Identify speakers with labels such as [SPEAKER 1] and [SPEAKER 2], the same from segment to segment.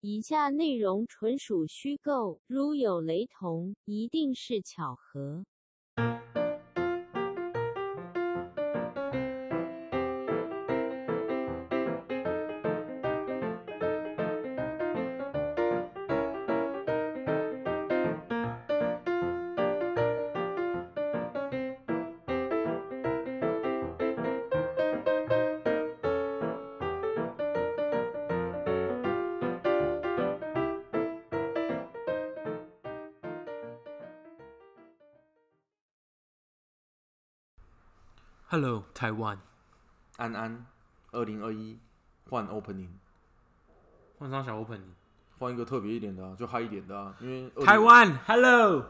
[SPEAKER 1] 以下内容纯属虚构，如有雷同，一定是巧合。
[SPEAKER 2] Hello, Taiwan。
[SPEAKER 3] 安安，二零二一换 opening，
[SPEAKER 2] 换上小 open，
[SPEAKER 3] 换一个特别一点的、啊，就嗨一点的、啊，因为20
[SPEAKER 2] 台湾，Hello。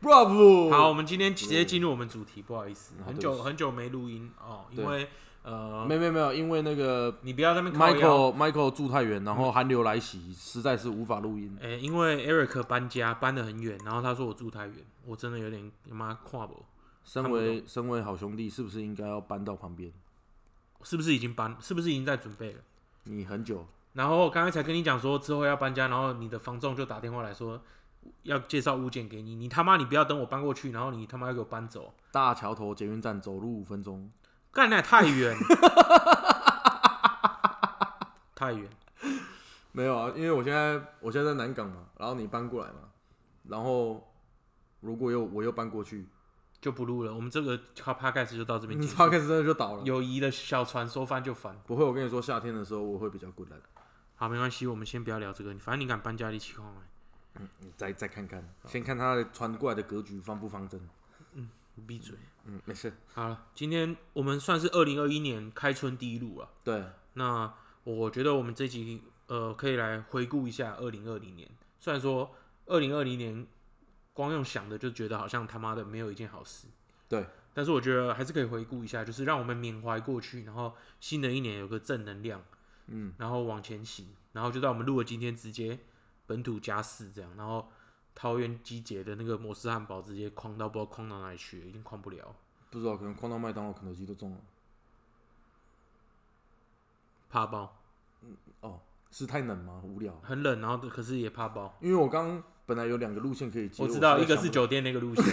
[SPEAKER 3] Bravo，
[SPEAKER 2] 好，我们今天直接进入我们主题，不好意思，
[SPEAKER 3] 啊
[SPEAKER 2] 很
[SPEAKER 3] Oh 对不
[SPEAKER 2] 久
[SPEAKER 3] 起
[SPEAKER 2] 很久没录音哦，因
[SPEAKER 3] 对
[SPEAKER 2] 为呃，
[SPEAKER 3] 没有没有没有，因为那个
[SPEAKER 2] 你不要在那边靠腰
[SPEAKER 3] Michael Michael 住太远，然后寒流来袭，实在是无法录音。
[SPEAKER 2] 诶、因为 Eric 搬家搬得很远，然后他说我住太远，我真的有点他妈跨不，
[SPEAKER 3] 身为身为好兄弟，是不是应该要搬到旁边？
[SPEAKER 2] 是不是已经搬？是不是已经在准备了？
[SPEAKER 3] 你很久，
[SPEAKER 2] 然后刚才才跟你讲说之后要搬家，然后你的房仲就打电话来说要介绍物件给你，你他妈你不要等我搬过去，然后你他妈要给我搬走，
[SPEAKER 3] 大桥头捷运站走路五分钟，
[SPEAKER 2] 干那也太 远，太远。
[SPEAKER 3] 没有啊，因为我现在我现在在南港嘛，然后你搬过来嘛，然后如果又我又搬过去，
[SPEAKER 2] 就不录了。我们这个 podcast 就到这边
[SPEAKER 3] 你
[SPEAKER 2] 结
[SPEAKER 3] p
[SPEAKER 2] 束。
[SPEAKER 3] o d 真的就倒了。
[SPEAKER 2] 友谊的小船说翻就翻，
[SPEAKER 3] 不会，我跟你说，夏天的时候我会比较孤单。
[SPEAKER 2] 好，没关系，我们先不要聊这个。反正你敢搬家，你起哄来，
[SPEAKER 3] 你再再看看，
[SPEAKER 2] 啊
[SPEAKER 3] 先看他传过来的格局方不方正。
[SPEAKER 2] 你闭嘴。
[SPEAKER 3] 嗯，没事。
[SPEAKER 2] 好了，今天我们算是二零二一年开春第一路了。
[SPEAKER 3] 对，
[SPEAKER 2] 那我觉得我们这集呃可以来回顾一下二零二零年。虽然说二零二零年光用想的就觉得好像他妈的没有一件好事，
[SPEAKER 3] 对，
[SPEAKER 2] 但是我觉得还是可以回顾一下，就是让我们缅怀过去，然后新的一年有个正能量，嗯，然后往前行，然后就在我们录了今天直接本土加四这样，然后桃园集结的那个摩斯汉堡直接框到不知道框到哪里去了，已经框不了，
[SPEAKER 3] 不知道可能逛到麦当劳、肯德基都中了。
[SPEAKER 2] 怕爆，
[SPEAKER 3] 哦，是太冷吗？无聊。
[SPEAKER 2] 很冷，然后可是也怕爆。
[SPEAKER 3] 因为我刚本来有两个路线可以接，
[SPEAKER 2] 我知道
[SPEAKER 3] 现
[SPEAKER 2] 一
[SPEAKER 3] 在
[SPEAKER 2] 个是
[SPEAKER 3] 想不到。
[SPEAKER 2] 酒店那个路 线，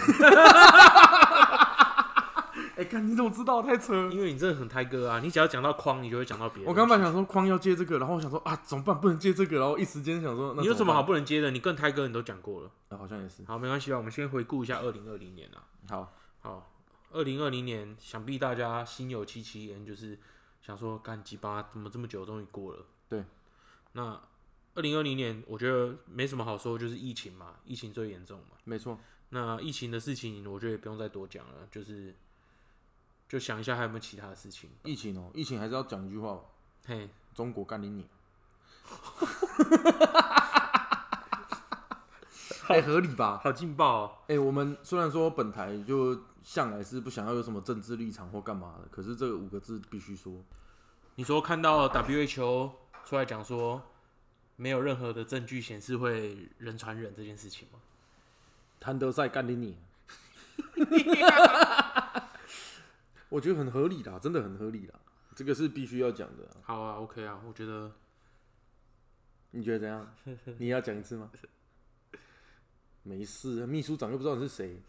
[SPEAKER 3] 哎，看你怎么知道？太扯了！
[SPEAKER 2] 因为你真的很胎哥啊，你只要讲到框，你就会讲到别人。
[SPEAKER 3] 我刚本来想说框要接这个，然后我想说啊，怎么办？不能接这个，然后一时间想说，那
[SPEAKER 2] 你有什
[SPEAKER 3] 怎
[SPEAKER 2] 么
[SPEAKER 3] 么
[SPEAKER 2] 好
[SPEAKER 3] 办？
[SPEAKER 2] 不能接的？你更胎哥你都讲过了。
[SPEAKER 3] 啊好像也是。
[SPEAKER 2] 好，没关系啊，我们先回顾一下二零二零年啊。
[SPEAKER 3] 好，
[SPEAKER 2] 好，二零二零年想必大家心有戚戚焉，就是想说干鸡巴怎么这么久终于过了。
[SPEAKER 3] 对，
[SPEAKER 2] 那二零二零年我觉得没什么好说，就是疫情嘛，疫情最严重嘛。
[SPEAKER 3] 没错，
[SPEAKER 2] 那疫情的事情，我觉得也不用再多讲了，就是就想一下还有没有其他的事情。
[SPEAKER 3] 疫情哦，疫情还是要讲一句话哦，
[SPEAKER 2] 嘿，
[SPEAKER 3] 中国干 你你。哎，合理吧？
[SPEAKER 2] 好劲爆、哦。
[SPEAKER 3] 哎、我们虽然说本台就向来是不想要有什么政治立场或干嘛的，可是这五个字必须说，
[SPEAKER 2] 你说看到 WHO 出来讲说没有任何的证据显示会人传人这件事情吗？
[SPEAKER 3] 谭德赛干你你，啊我觉得很合理啦，真的很合理啦，这个是必须要讲的啊。
[SPEAKER 2] 好啊，OK 啊，我觉得
[SPEAKER 3] 你觉得怎样？你要讲一次吗？ 没事，秘书长又不知道你是谁，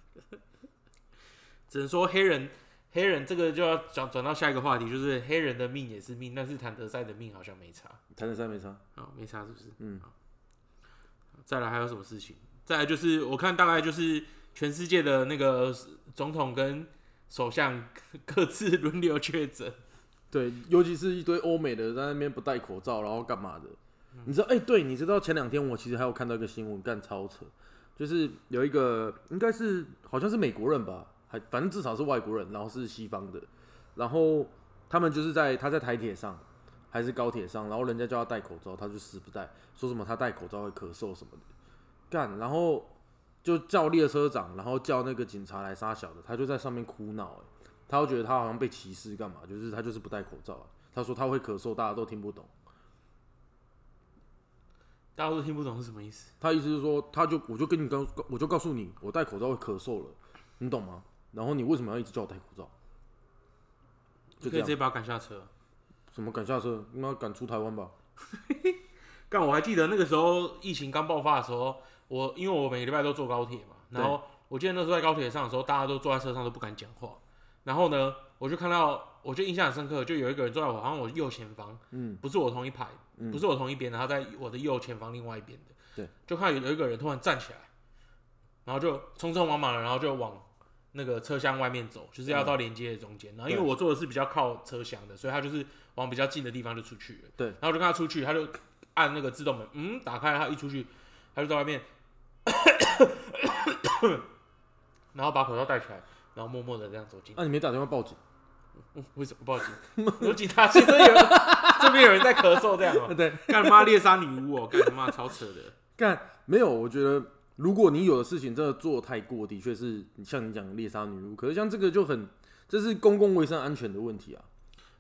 [SPEAKER 2] 只能说黑人黑人这个就要转转到下一个话题，就是黑人的命也是命，但是谭德赛的命好像没差
[SPEAKER 3] 谭德赛没差。
[SPEAKER 2] 啊、没差是不是？
[SPEAKER 3] 嗯
[SPEAKER 2] 好，再来还有什么事情？再来就是我看大概就是全世界的那个总统跟首相各自轮流确诊，
[SPEAKER 3] 对，尤其是一堆欧美的在那边不戴口罩，然后干嘛的？你知道？哎、对，你知道前两天我其实还有看到一个新闻，干超扯，就是有一个应该是好像是美国人吧，还反正至少是外国人，然后是西方的，然后他们就是在他在台铁上还是高铁上，然后人家叫他戴口罩，他就死不戴，说什么他戴口罩会咳嗽什么的，干，然后就叫列车长，然后叫那个警察来杀小的，他就在上面哭闹、欸，他又觉得他好像被歧视干嘛，就是他就是不戴口罩、啊，他说他会咳嗽，大家都听不懂。
[SPEAKER 2] 大家都听不懂是什么意思。
[SPEAKER 3] 他意思是说，他就我就跟你告，我就告诉你，我戴口罩会咳嗽了，你懂吗？然后你为什么要一直叫我戴口罩？就
[SPEAKER 2] 可
[SPEAKER 3] 这
[SPEAKER 2] 以直接
[SPEAKER 3] 样，
[SPEAKER 2] 把他赶下车。
[SPEAKER 3] 什么赶下车？那赶出台湾吧？
[SPEAKER 2] 干，我还记得那个时候疫情刚爆发的时候，我因为我每个礼拜都坐高铁嘛，然后我记得那时候在高铁上的时候，大家都坐在车上都不敢讲话。然后呢，我就看到，我就印象很深刻，就有一个人坐在我好像我右前方，
[SPEAKER 3] 嗯，
[SPEAKER 2] 不是我同一排，
[SPEAKER 3] 嗯
[SPEAKER 2] 不是我同一边的，他在我的右前方另外一边的。
[SPEAKER 3] 对，
[SPEAKER 2] 就看到有有一个人突然站起来，然后就匆匆忙忙的，然后就往那个车厢外面走，就是要到连接的中间。然后因为
[SPEAKER 3] 嗯对
[SPEAKER 2] 我坐的是比较靠车厢的，所以他就是往比较近的地方就出去了。
[SPEAKER 3] 对
[SPEAKER 2] 然后我就看他出去，他就按那个自动门，嗯，打开，他一出去，他就在外 面，然后把口罩戴起来，然后默默的这样走进来。
[SPEAKER 3] 那、啊你没打电话报警？
[SPEAKER 2] 嗯为什么报警？ 有警察先生有人这边有人在咳嗽这样哦、
[SPEAKER 3] 对，
[SPEAKER 2] 干妈猎杀女巫哦、干他妈超扯的。
[SPEAKER 3] 干没有，我觉得如果你有的事情真的做太过，的确是像你讲的猎杀女巫，可是像这个就很，这是公共卫生安全的问题啊。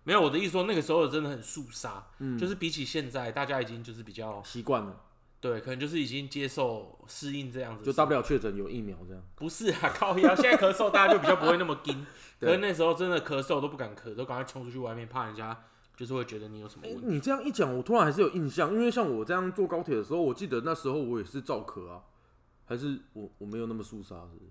[SPEAKER 2] 没有，我的意思说那个时候真的很肃杀，
[SPEAKER 3] 嗯
[SPEAKER 2] 就是比起现在，大家已经就是比较
[SPEAKER 3] 习惯了，
[SPEAKER 2] 对，可能就是已经接受适应这样子的
[SPEAKER 3] 就
[SPEAKER 2] 生活。
[SPEAKER 3] 大不了确诊有疫苗这样。
[SPEAKER 2] 不是啊，靠腰。现在咳嗽大家就比较不会那么惊，
[SPEAKER 3] 对
[SPEAKER 2] 可是那时候真的咳嗽都不敢咳，都赶快冲出去外面，怕人家就是会觉得你有什么
[SPEAKER 3] 哎、
[SPEAKER 2] 问题。
[SPEAKER 3] 你这样一讲，我突然还是有印象，因为像我这样坐高铁的时候，我记得那时候我也是照咳啊，还是我我没有那么肃杀，是不是？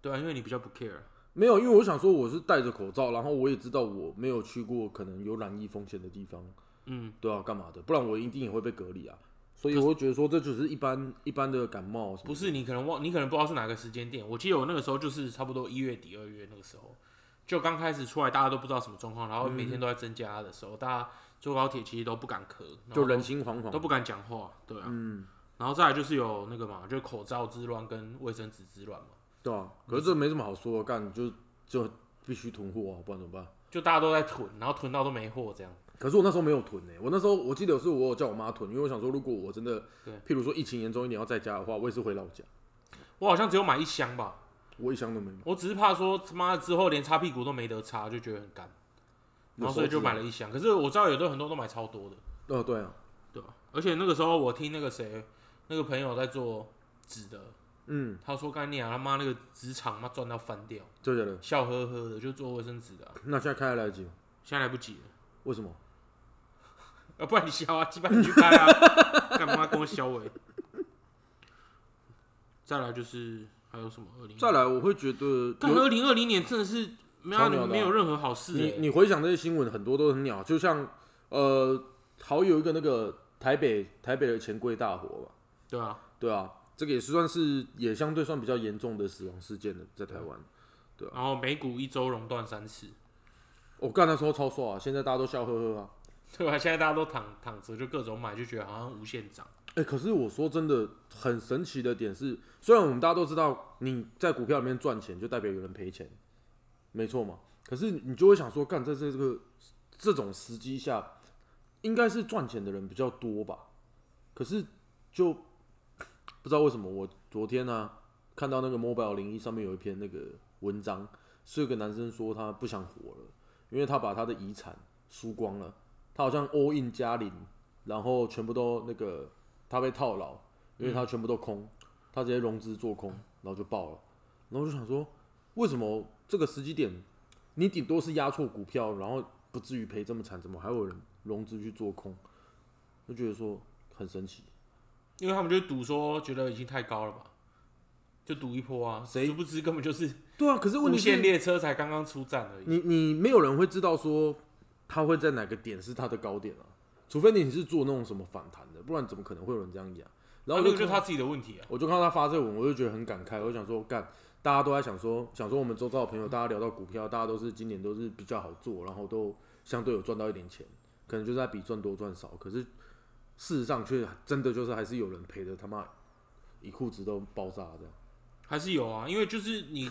[SPEAKER 2] 对啊，因为你比较不 care。
[SPEAKER 3] 没有，因为我想说我是戴着口罩，然后我也知道我没有去过可能有染疫风险的地方，
[SPEAKER 2] 嗯，
[SPEAKER 3] 对啊，干嘛的？不然我一定也会被隔离啊。所以我会觉得说，这只是一般一般的感冒什么的，
[SPEAKER 2] 不是你可能忘，你可能不知道是哪个时间点。我记得我那个时候就是差不多一月底、二月那个时候，就刚开始出来，大家都不知道什么状况，然后每天都在增加的时候，大家坐高铁其实都不敢咳，然后
[SPEAKER 3] 就人心惶惶。
[SPEAKER 2] 哦都不敢讲话，对啊。
[SPEAKER 3] 嗯，
[SPEAKER 2] 然后再来就是有那个嘛，就口罩之乱跟卫生纸之乱嘛，
[SPEAKER 3] 对啊。可是这没什么好说的，啊干就就必须囤货啊，不然怎么办？
[SPEAKER 2] 就大家都在囤，然后囤到都没货这样。
[SPEAKER 3] 可是我那时候没有囤呢、欸我那时候我记得是我有叫我妈囤，因为我想说，如果我真的
[SPEAKER 2] 对，
[SPEAKER 3] 譬如说疫情严重一点要在家的话，我也是回老家，
[SPEAKER 2] 我好像只有买一箱吧，
[SPEAKER 3] 我一箱都没买。
[SPEAKER 2] 我只是怕说他妈之后连擦屁股都没得擦，就觉得很干，然后所以就买了一箱。可是我知道有的很多都买超多的，
[SPEAKER 3] 哦，对啊，
[SPEAKER 2] 对吧？而且那个时候我听那个谁那个朋友在做纸的，
[SPEAKER 3] 嗯，
[SPEAKER 2] 他说干你啊他妈那个纸厂妈赚到翻掉，
[SPEAKER 3] 就觉得
[SPEAKER 2] 笑呵呵的就做卫生纸的啊、
[SPEAKER 3] 那现在开还来得及吗？
[SPEAKER 2] 现在来不及了，
[SPEAKER 3] 为什么？
[SPEAKER 2] 啊不然你笑啊，鸡 巴你去开啊，干嘛跟我消尾？再来就是还有什么二零
[SPEAKER 3] 再，来，我会觉得
[SPEAKER 2] 干
[SPEAKER 3] 有
[SPEAKER 2] 二零二零年真的是没
[SPEAKER 3] 超
[SPEAKER 2] 有
[SPEAKER 3] 鸟的啊
[SPEAKER 2] 没有任何好事、
[SPEAKER 3] 你
[SPEAKER 2] 欸，
[SPEAKER 3] 你回想这些新闻，很多都很鸟，就像呃，好有一个那个台北台北的钱柜大火吧，
[SPEAKER 2] 对啊。
[SPEAKER 3] 对啊，这个也是算是也相对算比较严重的死亡事件了，在台湾。啊
[SPEAKER 2] 然后美股一周熔断三次，
[SPEAKER 3] 我哦干、那时候超爽啊，现在大家都笑呵呵啊。
[SPEAKER 2] 对吧、现在大家都躺躺着，就各种买，就觉得好像无限涨。
[SPEAKER 3] 哎、可是我说真的，很神奇的点是，虽然我们大家都知道你在股票里面赚钱，就代表有人赔钱，没错嘛。可是你就会想说，干在这这个这种时机下，应该是赚钱的人比较多吧？可是就不知道为什么，我昨天呢、啊看到那个 Mobile 零一上面有一篇那个文章，是有个男生说他不想活了，因为他把他的遗产输光了，他好像 all in 加零，然后全部都那个他被套牢，因为他全部都空，他直接融资做空，然后就爆了。然后我就想说，为什么这个时机点，你顶多是压错股票，然后不至于赔这么惨，怎么还有人融资去做空？就觉得说很神奇。
[SPEAKER 2] 因为他们就赌说觉得已经太高了吧，就赌一波啊。
[SPEAKER 3] 谁
[SPEAKER 2] 殊不知根本就是
[SPEAKER 3] 对啊，可是问
[SPEAKER 2] 无
[SPEAKER 3] 题
[SPEAKER 2] 限
[SPEAKER 3] 是，
[SPEAKER 2] 列车才刚刚出站而已。
[SPEAKER 3] 你你没有人会知道说他会在哪个点是他的高点啊，除非你是做那种什么反弹的，不然怎么可能会有人这样压？然
[SPEAKER 2] 然
[SPEAKER 3] 后
[SPEAKER 2] 后
[SPEAKER 3] 我
[SPEAKER 2] 那
[SPEAKER 3] 就
[SPEAKER 2] 个就是
[SPEAKER 3] 看到
[SPEAKER 2] 他自己的问题啊。
[SPEAKER 3] 我就看到他发这个文，我就觉得很感慨。我就想说，干，大家都在想说，想说我们周遭的朋友，大家聊到股票，大家都是今年都是比较好做，然后都相对有赚到一点钱，可能就是在比赚多赚少。可是事实上，却真的就是还是有人赔的他妈一裤子都爆炸这样。
[SPEAKER 2] 还是有啊，因为就是你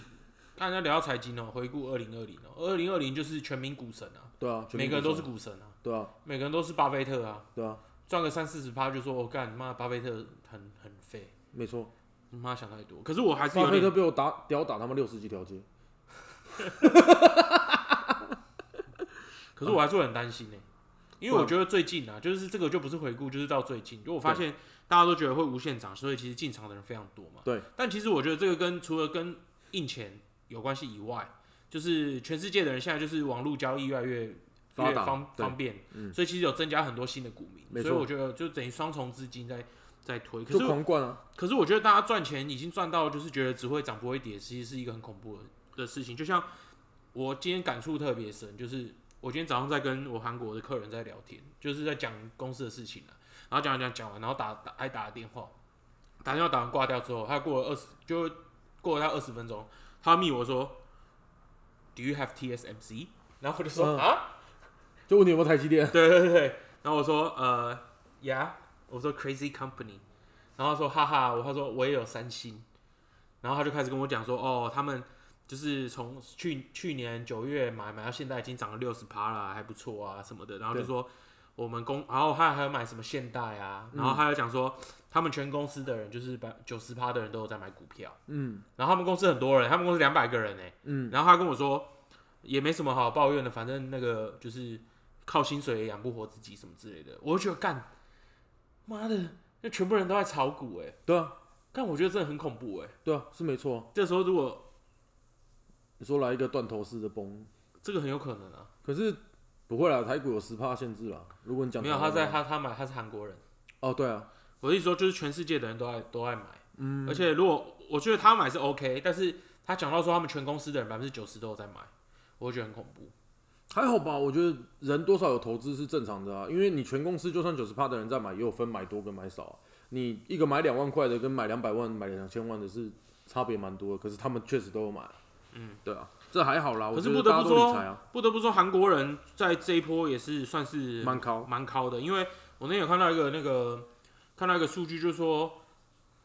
[SPEAKER 2] 刚才聊到财经哦、回顾二零二零哦，二零二零就是全民股神啊，
[SPEAKER 3] 对啊，全部
[SPEAKER 2] 每个人
[SPEAKER 3] 都
[SPEAKER 2] 都
[SPEAKER 3] 是
[SPEAKER 2] 是股神啊，
[SPEAKER 3] 对啊，
[SPEAKER 2] 每个人都是巴菲特啊，
[SPEAKER 3] 对啊，
[SPEAKER 2] 赚个三四十趴就说我干妈巴菲特很很废，
[SPEAKER 3] 没错。
[SPEAKER 2] 你妈想太多。可是我还是
[SPEAKER 3] 巴
[SPEAKER 2] 有
[SPEAKER 3] 菲特
[SPEAKER 2] 点
[SPEAKER 3] 被我打屌打他妈六十几条街，
[SPEAKER 2] 可是
[SPEAKER 3] 嗯
[SPEAKER 2] 我还是会很担心呢、因为我觉得最近啊，就是这个就不是回顾，就是到最近，就我发现大家都觉得会无限涨，所以其实进场的人非常多嘛。
[SPEAKER 3] 对。
[SPEAKER 2] 但其实我觉得这个跟除了跟印钱有关系以外，就是全世界的人现在就是网络交易越来越越
[SPEAKER 3] 发达
[SPEAKER 2] 方
[SPEAKER 3] 对
[SPEAKER 2] 方便，
[SPEAKER 3] 嗯
[SPEAKER 2] 所以其实有增加很多新的股民，
[SPEAKER 3] 没
[SPEAKER 2] 所以
[SPEAKER 3] 错
[SPEAKER 2] 我觉得就等于双重资金在在推。可
[SPEAKER 3] 就是狂灌啊，
[SPEAKER 2] 可是我觉得大家赚钱已经赚到，就是觉得只会涨不会跌，其实是一个很恐怖的的事情。就像我今天感触特别深，就是我今天早上在跟我韩国的客人在聊天，就是在讲公司的事情啊，然后讲讲讲完，然后打打还打了电话，打电话打完挂掉之后，他过了二十就过了他二十分钟，他密我说，Do you have TSMC？然后我就说、
[SPEAKER 3] 嗯
[SPEAKER 2] 啊。
[SPEAKER 3] 就问你有没有台积电，
[SPEAKER 2] 对对对对，然后我说呃，Yeah，我说 Crazy Company，然后他说哈哈，我他说我也有三星，然后他就开始跟我讲说哦，他们就是从去去年九月买买到现在已经涨了六十趴了，还不错啊什么的，然后就
[SPEAKER 3] 对
[SPEAKER 2] 说我们公，然后他还有买什么现代啊，然后他又讲说他们全公司的人就是百九十趴的人都有在买股票，
[SPEAKER 3] 嗯
[SPEAKER 2] 然后他们公司很多人，他们公司两百个人呢、欸
[SPEAKER 3] 嗯，
[SPEAKER 2] 然后他跟我说，也没什么好抱怨的，反正那个就是靠薪水也养不活自己什么之类的。我就觉得干，妈的，那全部人都在炒股哎、欸，
[SPEAKER 3] 对啊
[SPEAKER 2] 干我觉得真的很恐怖哎、
[SPEAKER 3] 对啊是没错啊、
[SPEAKER 2] 这时候如果
[SPEAKER 3] 你说来一个断头式的崩，
[SPEAKER 2] 这个很有可能啊，
[SPEAKER 3] 可是不会啦，台股有十帕限制啦，如果你讲
[SPEAKER 2] 没有他
[SPEAKER 3] 台湾
[SPEAKER 2] 在
[SPEAKER 3] 的
[SPEAKER 2] 他他买他是韩国人，
[SPEAKER 3] 哦对啊，
[SPEAKER 2] 我的意思说就是全世界的人都爱都爱买，嗯，而且如果我觉得他买是 OK，但是他讲到说他们全公司的人百分之九十都有在买，我觉得很恐怖。
[SPEAKER 3] 还好吧，我觉得人多少有投资是正常的啊，因为你全公司就算九十趴的人在买，也有分买多跟买少啊。你一个买两万块的跟买两百万、买两千万的是差别蛮多的，可是他们确实都有买。嗯，对啊，这还好啦。我
[SPEAKER 2] 可是
[SPEAKER 3] 觉得
[SPEAKER 2] 不得
[SPEAKER 3] 大家
[SPEAKER 2] 不
[SPEAKER 3] 都理
[SPEAKER 2] 说
[SPEAKER 3] 财啊，
[SPEAKER 2] 不得不说，韩国人在这一波也是算是
[SPEAKER 3] 蛮高。
[SPEAKER 2] 蛮高的，因为我那天有看到一个那个看到一个数据，就是说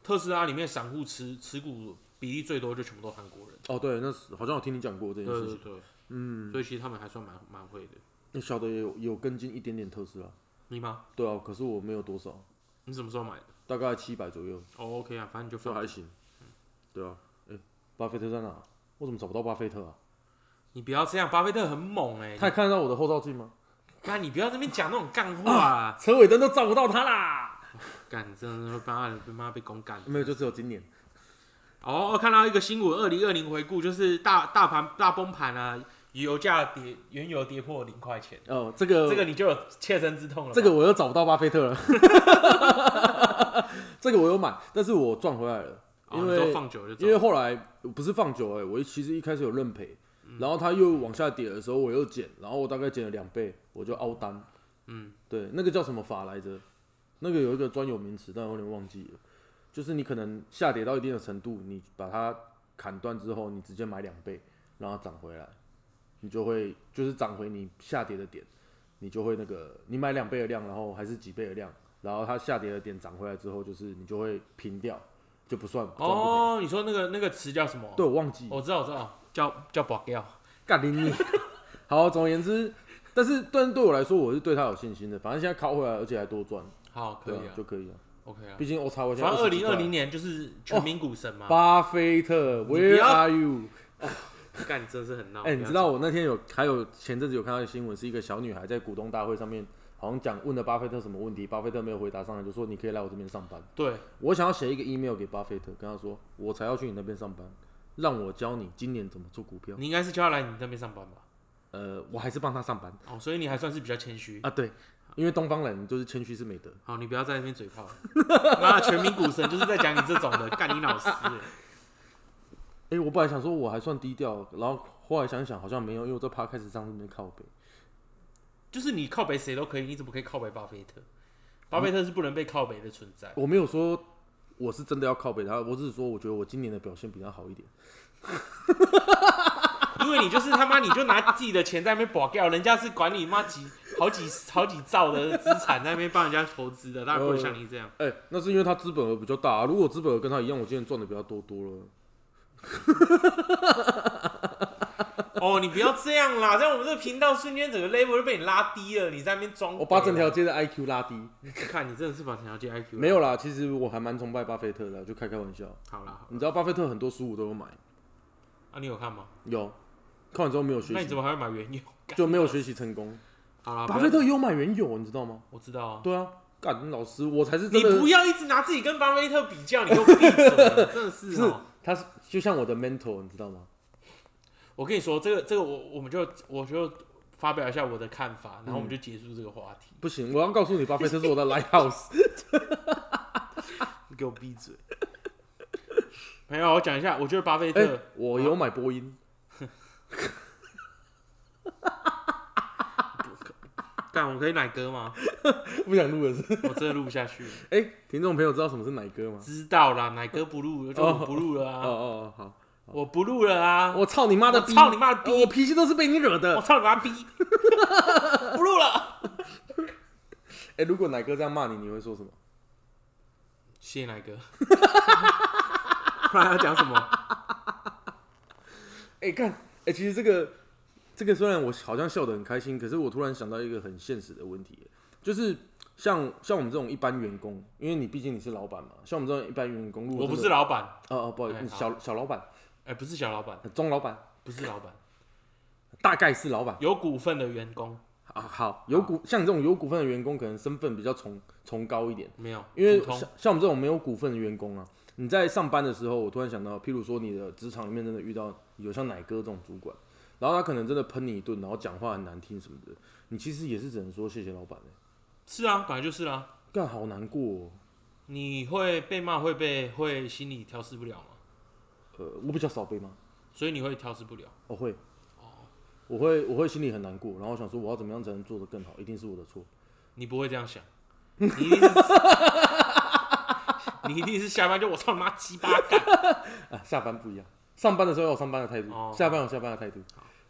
[SPEAKER 2] 特斯拉里面散户持持股比例最多就全部都韩国人。
[SPEAKER 3] 哦，对，那是好像我听你讲过
[SPEAKER 2] 对
[SPEAKER 3] 这件事
[SPEAKER 2] 对
[SPEAKER 3] 情，
[SPEAKER 2] 对，嗯，所以其实他们还算蛮蛮会的。
[SPEAKER 3] 你晓得有有跟进一点点特斯拉，
[SPEAKER 2] 你吗？
[SPEAKER 3] 对啊，可是我没有多少，
[SPEAKER 2] 你什么时候买的？
[SPEAKER 3] 大概七百左右，
[SPEAKER 2] 哦、o k 啊，反正你就
[SPEAKER 3] 这
[SPEAKER 2] 放着
[SPEAKER 3] 还。行。对啊，哎、巴菲特在哪？我怎么找不到巴菲特啊？
[SPEAKER 2] 你不要这样，巴菲特很猛哎、
[SPEAKER 3] 他还看得到我的后照镜吗？
[SPEAKER 2] 干，你不要在那边讲那种干话、啊，
[SPEAKER 3] 车尾灯都照不到他啦。
[SPEAKER 2] 干，真的会把被妈被公干。
[SPEAKER 3] 没有，就只有今年。
[SPEAKER 2] 哦，我看到一个新闻，二零二零回顾就是大大盘大崩盘啊，油价跌，原油跌破零块钱，
[SPEAKER 3] 哦，这个
[SPEAKER 2] 这个你就有切身之痛了吧。
[SPEAKER 3] 这个我又找不到巴菲特了， 这个我有买，但是我赚回来了，
[SPEAKER 2] 哦，
[SPEAKER 3] 因
[SPEAKER 2] 你
[SPEAKER 3] 为、
[SPEAKER 2] 说放久了就
[SPEAKER 3] 因为
[SPEAKER 2] 走。
[SPEAKER 3] 后来不是放久哎、我其实一开始有认赔，
[SPEAKER 2] 嗯
[SPEAKER 3] 然后它又往下跌的时候我又减，然后我大概减了两倍，我就凹单，
[SPEAKER 2] 嗯，
[SPEAKER 3] 对，那个叫什么法来着？那个有一个专有名词，但我有点忘记了，就是你可能下跌到一定的程度，你把它砍断之后，你直接买两倍，让它涨回来，你就会就是涨回你下跌的点，你就会那个你买两倍的量，然后还是几倍的量，然后它下跌的点涨回来之后，就是你就会平掉，就不算赚不赔。
[SPEAKER 2] 哦，你说那个那个词叫什么？哦
[SPEAKER 3] 对，我忘记了
[SPEAKER 2] 我知道，我知道，叫叫保掉。
[SPEAKER 3] 干你你。 好，总而言之，但是但是对我来说，我是对它有信心的，反正现在靠回来，而且还多赚，
[SPEAKER 2] 好，可
[SPEAKER 3] 对
[SPEAKER 2] 以
[SPEAKER 3] 啊，
[SPEAKER 2] 啊
[SPEAKER 3] 就可以了。
[SPEAKER 2] ，OK 啊。
[SPEAKER 3] 毕竟 O 叉 Y 现
[SPEAKER 2] 反
[SPEAKER 3] 在
[SPEAKER 2] 正二
[SPEAKER 3] 20几
[SPEAKER 2] 零
[SPEAKER 3] 块啊哦
[SPEAKER 2] 二零年就是全民股神嘛。
[SPEAKER 3] 巴菲特
[SPEAKER 2] 不要
[SPEAKER 3] ，Where are you？
[SPEAKER 2] 干，真是很闹。
[SPEAKER 3] 哎、
[SPEAKER 2] 不
[SPEAKER 3] 你
[SPEAKER 2] 要
[SPEAKER 3] 知道我那天有还有前阵子有看到一个新闻，是一个小女孩在股东大会上面，好像讲问了巴菲特什么问题，巴菲特没有回答上来，就说你可以来我这边上班。
[SPEAKER 2] 对，
[SPEAKER 3] 我想要写一个 email 给巴菲特，跟他说我才要去你那边上班，让我教你今年怎么做股票。
[SPEAKER 2] 你应该是叫他来你那边上班吧？
[SPEAKER 3] 呃，我还是帮他上班
[SPEAKER 2] 哦，所以你还算是比较谦虚。哦
[SPEAKER 3] 啊，对，因为东方人就是谦虚是美德。
[SPEAKER 2] 好，你不要在那边嘴炮。 妈的，全民股神就是在讲你这种的，干你老师欸。
[SPEAKER 3] 哎、我本来想说我还算低调，然后后来想想好像没有，因为我在 p 开始上面靠背。
[SPEAKER 2] 就是你靠北谁都可以，你怎么可以靠北巴菲特？巴菲特是不能被靠北的存在。
[SPEAKER 3] 我没有说我是真的要靠北他，我只是说我觉得我今年的表现比他好一点。
[SPEAKER 2] 因为你就是他妈，你就拿自己的钱在那边保掉，人家是管你妈几好几好几兆的资产在那边帮人家投资的，当然不会像你这样。
[SPEAKER 3] 哎、那是因为他资本额比较大、啊如果资本额跟他一样，我今年赚的比他多多了。
[SPEAKER 2] 哦，你不要这样啦，这样我们这个频道瞬间整个 level 就被你拉低了，你在那边装。
[SPEAKER 3] 我把整条，街的 IQ 拉低。
[SPEAKER 2] 你看你真的是把整条街 IQ
[SPEAKER 3] 没有啦，其实我还蛮崇拜巴菲特的，就开开玩笑。
[SPEAKER 2] 好啦，好啦
[SPEAKER 3] 你知道巴菲特很多书我都有买，
[SPEAKER 2] 啊，你有看吗？
[SPEAKER 3] 有看完之后没有学
[SPEAKER 2] 那你怎
[SPEAKER 3] 习，
[SPEAKER 2] 么啊还会买原油？
[SPEAKER 3] 就没有学习成功。
[SPEAKER 2] 好啦，
[SPEAKER 3] 巴
[SPEAKER 2] 不要
[SPEAKER 3] 菲特也有买原油，你知道吗？
[SPEAKER 2] 我知道啊。
[SPEAKER 3] 对啊，干老师，我才是
[SPEAKER 2] 你
[SPEAKER 3] 真
[SPEAKER 2] 不
[SPEAKER 3] 的。
[SPEAKER 2] 要一直拿自己跟巴菲特比较，你给我闭嘴！ 真的是
[SPEAKER 3] 是
[SPEAKER 2] 哦。，
[SPEAKER 3] 他是就像我的 mentor，你知道吗？
[SPEAKER 2] 我跟你说，这个这个我我们就我就发表一下我的看法，然后我们就结束这个话题。
[SPEAKER 3] 不行，我要告诉你，巴 菲特是我的 lighthouse。
[SPEAKER 2] 你给我闭嘴！没有，我讲一下，我觉得巴菲
[SPEAKER 3] 哎、
[SPEAKER 2] 特，
[SPEAKER 3] 我有买波音，
[SPEAKER 2] 干、我可以奶哥 吗？
[SPEAKER 3] 不想录了是不是。
[SPEAKER 2] 我真的录不下去了。
[SPEAKER 3] 哎、听众朋友知道什么是奶哥吗？
[SPEAKER 2] 知道啦，奶哥不录了，就我不录了
[SPEAKER 3] 哦
[SPEAKER 2] 啊，
[SPEAKER 3] 哦哦，好，
[SPEAKER 2] 我不录了啊，
[SPEAKER 3] 我操你妈的
[SPEAKER 2] 我
[SPEAKER 3] 逼！
[SPEAKER 2] 操你妈的逼
[SPEAKER 3] 呃我脾气都是被你惹
[SPEAKER 2] 我
[SPEAKER 3] 的。
[SPEAKER 2] 操你妈 逼，不录了。
[SPEAKER 3] 哎、如果奶哥这样骂你，你会说什么？
[SPEAKER 2] 谢谢奶哥，不然要讲什么？
[SPEAKER 3] 哎、看，哎、其实这个这个虽然我好像笑得很开心，可是我突然想到一个很现实的问题，就是像像我们这种一般员工，因为你毕竟你是老板嘛，像我们这种一般员工，如果
[SPEAKER 2] 我不
[SPEAKER 3] 真
[SPEAKER 2] 是
[SPEAKER 3] 的，
[SPEAKER 2] 老板，
[SPEAKER 3] 哦哦，不好意
[SPEAKER 2] 哎
[SPEAKER 3] 思，
[SPEAKER 2] 好
[SPEAKER 3] 小小老板、
[SPEAKER 2] 哎、不是小老板，
[SPEAKER 3] 中老板，
[SPEAKER 2] 不是老板，
[SPEAKER 3] 大概是老板
[SPEAKER 2] 有股份的员工
[SPEAKER 3] 啊。好，有股像你这种有股份的员工，可能身份比较崇崇高一点，
[SPEAKER 2] 没有？
[SPEAKER 3] 因为
[SPEAKER 2] 普
[SPEAKER 3] 像
[SPEAKER 2] 通
[SPEAKER 3] 像我们这种没有股份的员工啊，你在上班的时候，我突然想到，譬如说你的职场里面真的遇到有像奶哥这种主管，然后他可能真的喷你一顿，然后讲话很难听什么的，你其实也是只能说谢谢老板欸
[SPEAKER 2] 是啊，本来就是啦、
[SPEAKER 3] 干好难过哦、
[SPEAKER 2] 你会被骂，会被会心理调试不了吗？
[SPEAKER 3] 呃，我比较少被骂，
[SPEAKER 2] 所以你会调试不了。
[SPEAKER 3] 我会，
[SPEAKER 2] 哦
[SPEAKER 3] 我会我会心里很难过，然后想说我要怎么样才能做得更好，一定是我的错。
[SPEAKER 2] 你不会这样想，你一定是， 你一定是下班就我操你妈鸡巴干，
[SPEAKER 3] 啊，下班不一样，上班的时候有上班的态度，
[SPEAKER 2] 哦
[SPEAKER 3] 下班有下班的态度。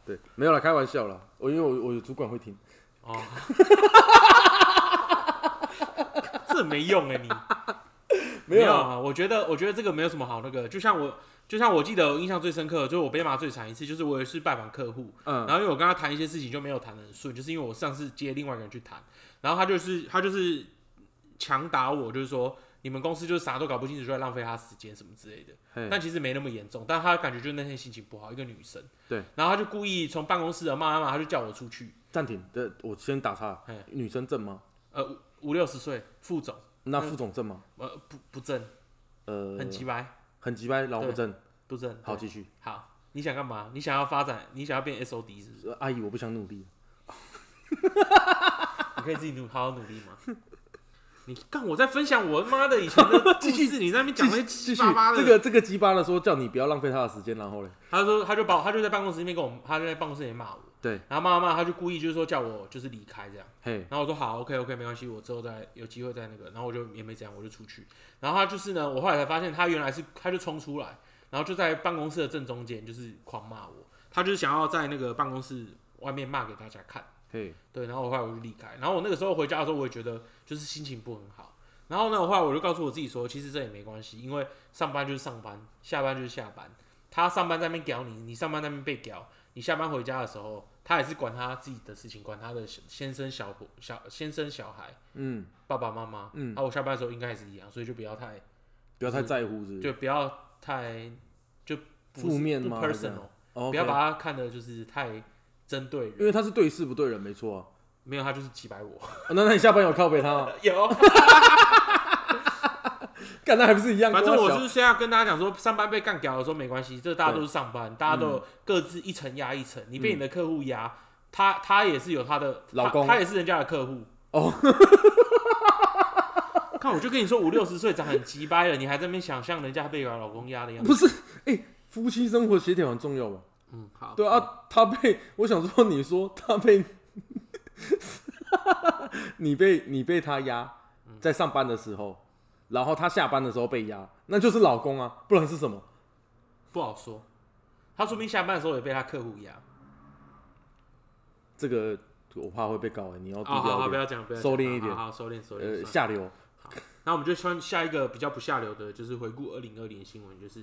[SPEAKER 3] 对，没有啦，开玩笑啦。我因为我我有主管会听，
[SPEAKER 2] 哦，这没用哎、你
[SPEAKER 3] 没有啊
[SPEAKER 2] 啊？我觉得我觉得这个没有什么好那个，就像我就像我记得我印象最深刻的，就是我被骂最惨一次，就是我也是拜访客户，
[SPEAKER 3] 嗯
[SPEAKER 2] 然后因为我跟他谈一些事情就没有谈得很顺，就是因为我上次接另外一个人去谈，然后他就是他就是强打我，就是说你们公司就是啥都搞不清楚，就在浪费他时间什么之类的。
[SPEAKER 3] 嘿
[SPEAKER 2] 但其实没那么严重，但他感觉就是那天心情不好，一个女生，
[SPEAKER 3] 对，
[SPEAKER 2] 然后他就故意从办公室的骂骂骂，他就叫我出去，
[SPEAKER 3] 暂停的，我先打岔
[SPEAKER 2] 嘿。
[SPEAKER 3] 女生正吗？
[SPEAKER 2] 呃，五五六十岁副总，
[SPEAKER 3] 那副总正吗？
[SPEAKER 2] 呃，不不正，
[SPEAKER 3] 呃，
[SPEAKER 2] 嗯很急白，
[SPEAKER 3] 很急掰，老不正。
[SPEAKER 2] 不正，
[SPEAKER 3] 好，
[SPEAKER 2] 对
[SPEAKER 3] 继续。
[SPEAKER 2] 好，你想干嘛？你想要发展？你想要变 SOD 是不是？
[SPEAKER 3] 呃阿姨，我不想努力。
[SPEAKER 2] 你可以自己努 好好努力吗？你看我在分享我妈的以前 的故
[SPEAKER 3] 继续
[SPEAKER 2] 事，你在那边
[SPEAKER 3] 继
[SPEAKER 2] 讲那
[SPEAKER 3] 续
[SPEAKER 2] 些
[SPEAKER 3] 继
[SPEAKER 2] 七
[SPEAKER 3] 续
[SPEAKER 2] 八八，的。
[SPEAKER 3] 这个这个鸡巴的说叫你不要浪费他的时间，然后嘞，
[SPEAKER 2] 他说他就把我他就在办公室里面跟我，他就在办公室里面骂我，
[SPEAKER 3] 对，
[SPEAKER 2] 然后骂骂骂，他就故意就是说叫我就是离开这样。
[SPEAKER 3] 嘿，
[SPEAKER 2] 然后我说好，OK OK，没关系，我之后再有机会再那个。然后我就也没怎样，我就出去。然后他就是呢，我后来才发现他原来是他就冲出来，然后就在办公室的正中间就是狂骂我，他就是想要在那个办公室外面骂给大家看。
[SPEAKER 3] 嘿，
[SPEAKER 2] 对，然后我后来我就离开。然后我那个时候回家的时候，我也觉得就是心情不很好。然后呢，我后来我就告诉我自己说，其实这也没关系，因为上班就是上班，下班就是下班。他上班在那边屌你，你上班在那边被屌，你下班回家的时候，他也是管他自己的事情，管他的小先生小婆、小先生、小孩、
[SPEAKER 3] 嗯，
[SPEAKER 2] 爸爸妈妈。
[SPEAKER 3] 嗯
[SPEAKER 2] 然后我下班的时候应该也是一样，所以就不要太，
[SPEAKER 3] 不要太在乎，是不是？
[SPEAKER 2] 就不要太，就不是
[SPEAKER 3] 负面
[SPEAKER 2] 不
[SPEAKER 3] 吗还是怎
[SPEAKER 2] personal，
[SPEAKER 3] 样哦
[SPEAKER 2] 不要把
[SPEAKER 3] OK
[SPEAKER 2] 它看的就是太针对
[SPEAKER 3] 因
[SPEAKER 2] 人。
[SPEAKER 3] 为他是对事不对人，没错啊。
[SPEAKER 2] 没有，他就是击败我。
[SPEAKER 3] 哦那那你下 班有靠背他吗？
[SPEAKER 2] 有。
[SPEAKER 3] 干，那还不是一样？
[SPEAKER 2] 反正
[SPEAKER 3] 跟
[SPEAKER 2] 我
[SPEAKER 3] 小
[SPEAKER 2] 是现在跟大家讲说，上班被干掉的时候没关系，这大家都是上班，大家都
[SPEAKER 3] 嗯
[SPEAKER 2] 有各自一层压一层。你被你的客户压，他他也是有他的
[SPEAKER 3] 老公
[SPEAKER 2] 他，他也是人家的客户。
[SPEAKER 3] 哦，
[SPEAKER 2] 看我就跟你说，五六十岁长很鸡掰了，你还在那边想象人家被老公压的样子。
[SPEAKER 3] 不是，哎、夫妻生活协调很重要吧？
[SPEAKER 2] 嗯，好，
[SPEAKER 3] 对啊，他被我想说，你说他被， 你被你被他压，
[SPEAKER 2] 嗯
[SPEAKER 3] 在上班的时候，然后他下班的时候被压，那就是老公啊，不然是什么？
[SPEAKER 2] 不好说。他说不定下班的时候也被他客户压。
[SPEAKER 3] 这个我怕会被告哎、你要低
[SPEAKER 2] 哦，好
[SPEAKER 3] 调
[SPEAKER 2] 好，
[SPEAKER 3] 一
[SPEAKER 2] 不要
[SPEAKER 3] 点，
[SPEAKER 2] 讲，不要
[SPEAKER 3] 收
[SPEAKER 2] 讲
[SPEAKER 3] 敛一点
[SPEAKER 2] 好好，收敛，收敛。
[SPEAKER 3] 呃，
[SPEAKER 2] 收敛
[SPEAKER 3] 下流。
[SPEAKER 2] 那我们就穿下一个比较不下流的，就是回顾二零二零新闻，就是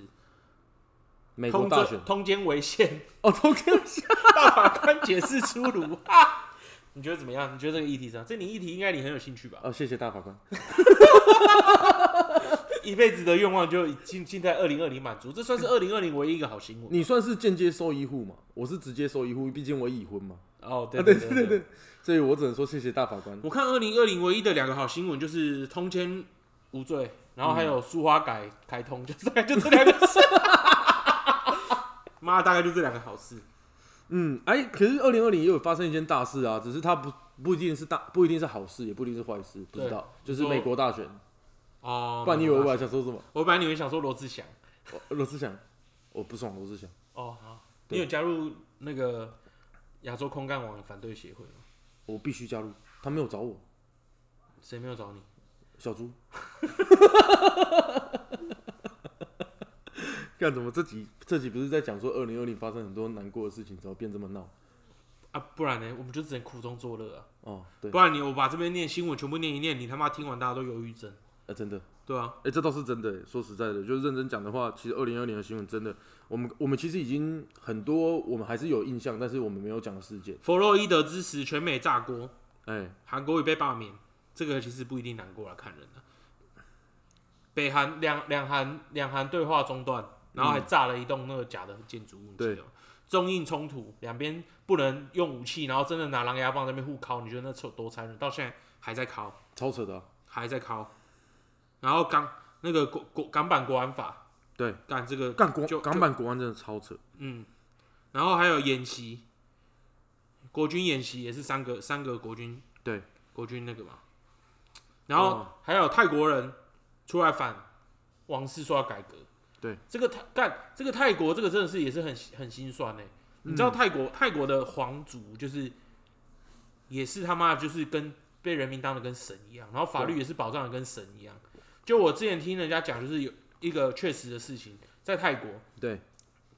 [SPEAKER 3] 美国
[SPEAKER 2] 通
[SPEAKER 3] 大
[SPEAKER 2] 奸
[SPEAKER 3] 选
[SPEAKER 2] 通奸违宪。
[SPEAKER 3] 哦，都这样下，
[SPEAKER 2] 大法官解释出炉。哈 你觉得怎么样？你觉得这个议题上，这你议题应该你很有兴 趣吧？
[SPEAKER 3] 哦，谢谢大法官。
[SPEAKER 2] 一辈子的愿望就尽尽在二零二零满足，这 算是二零二零唯一一个好新闻。
[SPEAKER 3] 你算是间接受益户嘛？我是直接受益户，毕竟我已婚嘛，
[SPEAKER 2] 哦，对
[SPEAKER 3] 啊
[SPEAKER 2] 对
[SPEAKER 3] 对
[SPEAKER 2] 对
[SPEAKER 3] 对，所以我只能说谢谢大法官。
[SPEAKER 2] 我看二零二零唯一的两个好新闻就是通奸无罪，然后还有苏花改开 通，就大概就这两个事。妈，大概就这两个好事。
[SPEAKER 3] 嗯，哎，可是二零二零也有发生一件大事啊，只是它不不一定是大，不一定是好事，也不一定是坏事，不知道。就是美国大选，
[SPEAKER 2] 哦，
[SPEAKER 3] 不然你以为我本来想说什么？
[SPEAKER 2] 我本来以为想说罗志祥。
[SPEAKER 3] 哦 罗志祥，我不爽罗志祥，
[SPEAKER 2] 哦，好，你
[SPEAKER 3] 啊对
[SPEAKER 2] 有加入那个亚洲空干网的反对协会吗？
[SPEAKER 3] 我必须加入。他没有找我，
[SPEAKER 2] 谁没有找你？
[SPEAKER 3] 小猪。 干怎么这集这集不是在讲说二零二零发生很多难过的事情，怎么变这么闹？
[SPEAKER 2] 啊，不然呢？我们就只能苦中作乐啊！
[SPEAKER 3] 哦，对
[SPEAKER 2] 不，然你我把这边念新闻全部念一念，你他妈听完大家都忧郁症，
[SPEAKER 3] 呃，真的，
[SPEAKER 2] 对啊，
[SPEAKER 3] 哎、这倒是真的欸。说实在的，就是认真讲的话，其实二零二零的新闻真的，我们我们其实已经很多，我们还是有印象，但是我们没有讲的事件。
[SPEAKER 2] 弗洛伊德支持全美炸锅，
[SPEAKER 3] 哎、
[SPEAKER 2] 韩国也被罢免，这个其实不一定难过了，看人了。北韩两两韩两韩对话中断，然后还炸了一栋那个假的建筑物，你记得
[SPEAKER 3] 对
[SPEAKER 2] 吗中印冲突，两边不能用武器，然后真的拿狼牙棒在那边互敲，你觉得那有多残忍？到现在还在敲，
[SPEAKER 3] 超扯的啊、
[SPEAKER 2] 还在敲。然后港那个国国港版国安法，
[SPEAKER 3] 对，
[SPEAKER 2] 干这个
[SPEAKER 3] 干国
[SPEAKER 2] 就
[SPEAKER 3] 港版国安真的超扯。
[SPEAKER 2] 嗯，然后还有演习，国军演习也是三个三个国军
[SPEAKER 3] 对
[SPEAKER 2] 国军那个嘛，然后
[SPEAKER 3] 哦
[SPEAKER 2] 还有泰国人出来反王室说要改革，
[SPEAKER 3] 对
[SPEAKER 2] 这个泰干这个泰国这个真的是也是很很心酸呢、你
[SPEAKER 3] 嗯
[SPEAKER 2] 知道泰国、泰国的皇族就是也是他妈就是跟被人民当的跟神一样，然后法律也是保障的跟神一样。就我之前听人家讲，就是有一个确实的事情，在泰国，
[SPEAKER 3] 对，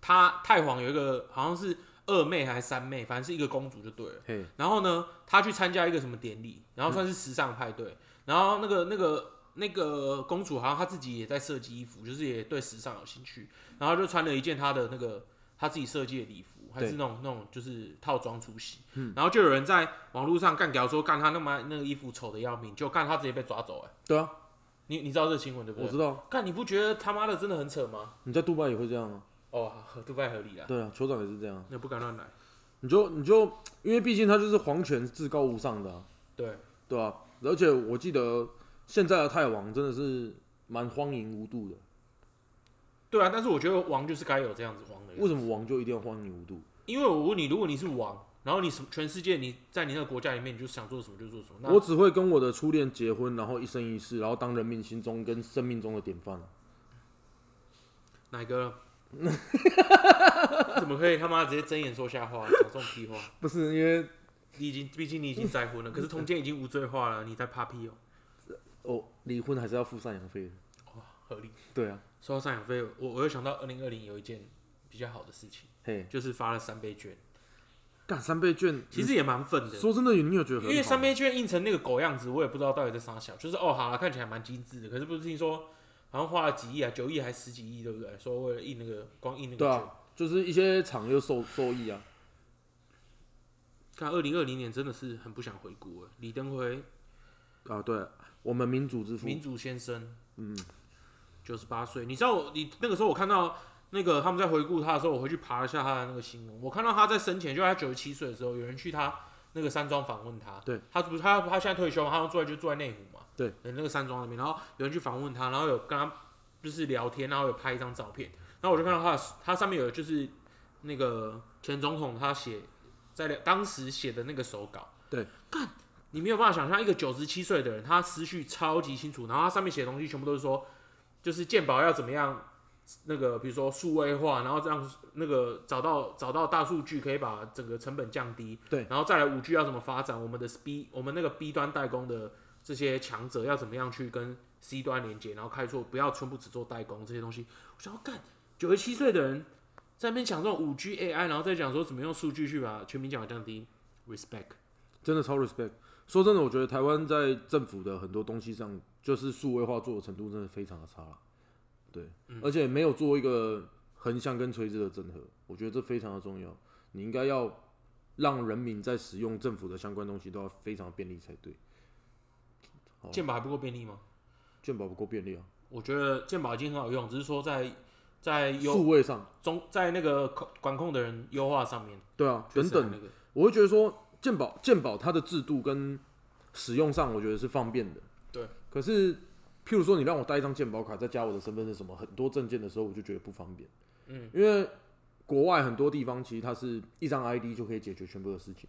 [SPEAKER 2] 他太皇有一个好像是二妹还是三妹，反正是一个公主就对了。
[SPEAKER 3] 嘿，
[SPEAKER 2] 然后呢，她去参加一个什么典礼，然后算是时尚派对。然后那个那个那个公主好像她自己也在设计衣服，就是也对时尚有兴趣，然后就穿了一件她的那个她自己设计的礼服，还是
[SPEAKER 3] 对
[SPEAKER 2] 那种那种就是套装出席。
[SPEAKER 3] 嗯
[SPEAKER 2] 然后就有人在网络上干屌说干她那么那个衣服丑的要命，就干她直接被抓走、哎，
[SPEAKER 3] 对啊，
[SPEAKER 2] 你你知道这个新闻对不
[SPEAKER 3] 我
[SPEAKER 2] 对？
[SPEAKER 3] 知道。
[SPEAKER 2] 干你不觉得他妈的真的很扯吗？
[SPEAKER 3] 你在杜拜也会这样啊？
[SPEAKER 2] 哦，合对外合理啦，
[SPEAKER 3] 对啊，酋长也是这样啊。
[SPEAKER 2] 那不敢乱来。
[SPEAKER 3] 你就你就，因为毕竟他就是皇权至高无上的啊、
[SPEAKER 2] 对，
[SPEAKER 3] 对吧、而且我记得现在的泰王真的是蛮荒淫无度的。
[SPEAKER 2] 对啊，但是我觉得王就是该有这样子王的人，
[SPEAKER 3] 为什么王就一定要荒淫无度？
[SPEAKER 2] 因为我问你，如果你是王，然后你什么全世界你在你那个国家里面，你就想做什么就做什么，
[SPEAKER 3] 我
[SPEAKER 2] 那
[SPEAKER 3] 只会跟我的初恋结婚，然后一生一世，然后当人民心中跟生命中的典范啊。
[SPEAKER 2] 哪个？ 怎么可以他妈直接睁眼说瞎话，讲这种屁话？
[SPEAKER 3] 不是因为
[SPEAKER 2] 你已经，毕竟你已经再婚了，可是通奸已经无罪化了，你在怕屁哦？
[SPEAKER 3] 哦，离婚还是要付赡养费的。
[SPEAKER 2] 合理。
[SPEAKER 3] 对啊，
[SPEAKER 2] 说到赡养费，我我又想到二零二零有一件比较好的事情，
[SPEAKER 3] 嘿，
[SPEAKER 2] 就是发了三倍券，
[SPEAKER 3] 干三倍券，
[SPEAKER 2] 其实也蛮愤的
[SPEAKER 3] 你。说真的，你有觉得
[SPEAKER 2] 因
[SPEAKER 3] 很好吗
[SPEAKER 2] 为三倍券印成那个狗样子，我也不知道到底在啥小，就是哦，好了，看起来蛮精致的，可是不是听说好像花了几亿啊，九亿还十几亿，对不对？说为了印那个光印那个
[SPEAKER 3] 对
[SPEAKER 2] 券，
[SPEAKER 3] 啊，就是一些厂又受受益啊。
[SPEAKER 2] 看二零二零年真的是很不想回顾了。李登辉、
[SPEAKER 3] 啊，对，我们民主之父，
[SPEAKER 2] 民主先生，嗯，九十八岁，你知道我你那个时候我看到那个他们在回顾他的时候，我回去爬了一下他的那个新闻，我看到他在生前就在九十七岁的时候，有人去他那个山庄访问他，
[SPEAKER 3] 对，
[SPEAKER 2] 他不是他他现在退休嘛，他住在就住在内湖嘛，
[SPEAKER 3] 对，
[SPEAKER 2] 那个山庄那边，然后有人去访问他，然后有跟他就是聊天，然后有拍一张照片，然后我就看到他的他上面有就是那个前总统他写在当时写的那个手稿，
[SPEAKER 3] 对，
[SPEAKER 2] 干你没有办法想象一个九十七岁的人，他思绪超级清楚，然后他上面写的东西全部都是说，就是鉴宝要怎么样，那个比如说数位化，然后让那个找到找到大数据可以把整个成本降低，
[SPEAKER 3] 对
[SPEAKER 2] 然后再来五 G 要怎么发展，我们的 B 我们那个 B 端代工的这些强者要怎么样去跟 C 端连接，然后开拓，不要全部只做代工这些东西。我想要干九十七岁的人在那边讲这种五 G AI，然后再讲说怎么用数据去把全民奖降低，respect。
[SPEAKER 3] 真的超 respect。说真的，我觉得台湾在政府的很多东西上，就是数位化做的程度真的非常的差了。对，而且没有做一个横向跟垂直的整合，我觉得这非常的重要。你应该要让人民在使用政府的相关东西都要非常便利才对。好
[SPEAKER 2] 健保还不够便利吗？
[SPEAKER 3] 健保不够便利啊，
[SPEAKER 2] 我觉得健保已经很好用，只是说在在优
[SPEAKER 3] 数位上，
[SPEAKER 2] 中在那个控管控的人优化上面，
[SPEAKER 3] 对啊，等
[SPEAKER 2] 确实还
[SPEAKER 3] 等
[SPEAKER 2] 那，个
[SPEAKER 3] 我会觉得说健保健保它的制度跟使用上，我觉得是方便的。
[SPEAKER 2] 对，
[SPEAKER 3] 可是譬如说你让我带一张健保卡，再加我的身份是什么，很多证件的时候，我就觉得不方便。
[SPEAKER 2] 嗯，
[SPEAKER 3] 因为国外很多地方其实它是一张 ID 就可以解决全部的事情。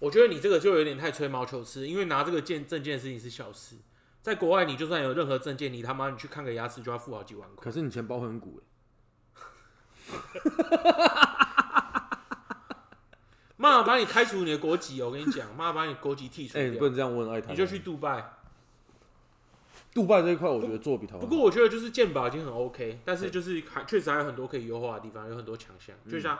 [SPEAKER 2] 我觉得你这个就有点太吹毛求疵，因为拿这个件证件的事情是小事，在国外你就算有任何证件，你他妈你去看个牙齿就要付好几万块。
[SPEAKER 3] 可是你钱包会很鼓哎、
[SPEAKER 2] 妈把你开除你的国籍哦，我跟你讲，妈把你国籍剔除
[SPEAKER 3] 欸，哎、你
[SPEAKER 2] 掉，
[SPEAKER 3] 不能这哦样问爱台湾。
[SPEAKER 2] 你就去杜拜。
[SPEAKER 3] 杜拜这一块，我觉得做比台湾
[SPEAKER 2] 不
[SPEAKER 3] 好。
[SPEAKER 2] 过我觉得就是鉴宝已经很 OK，但是就是还确实还有很多可以优化的地方，有很多强项，
[SPEAKER 3] 嗯
[SPEAKER 2] 就像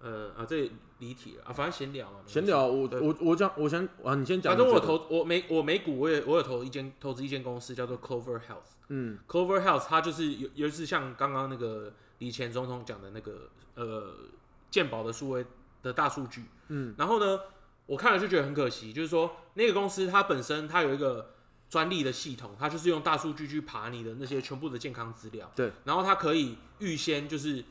[SPEAKER 2] 呃啊这离题了啊，反正闲聊嘛，没关系
[SPEAKER 3] 闲聊，我
[SPEAKER 2] 对
[SPEAKER 3] 我我讲，我先啊，你先讲
[SPEAKER 2] 反
[SPEAKER 3] 你觉
[SPEAKER 2] 正
[SPEAKER 3] 得。
[SPEAKER 2] 我投我美我美股我也我有投一间投资一间公司叫做 Clover Health。
[SPEAKER 3] 嗯
[SPEAKER 2] Clover Health 它就是有尤其是像刚刚那个李前总统讲的那个呃鉴宝的数位的大数据，
[SPEAKER 3] 嗯，
[SPEAKER 2] 然后呢，我看了就觉得很可惜，就是说那个公司它本身它有一个专利的系统，它就是用大数据去爬你的那些全部的健康资料，
[SPEAKER 3] 对，
[SPEAKER 2] 然后它可以预先就是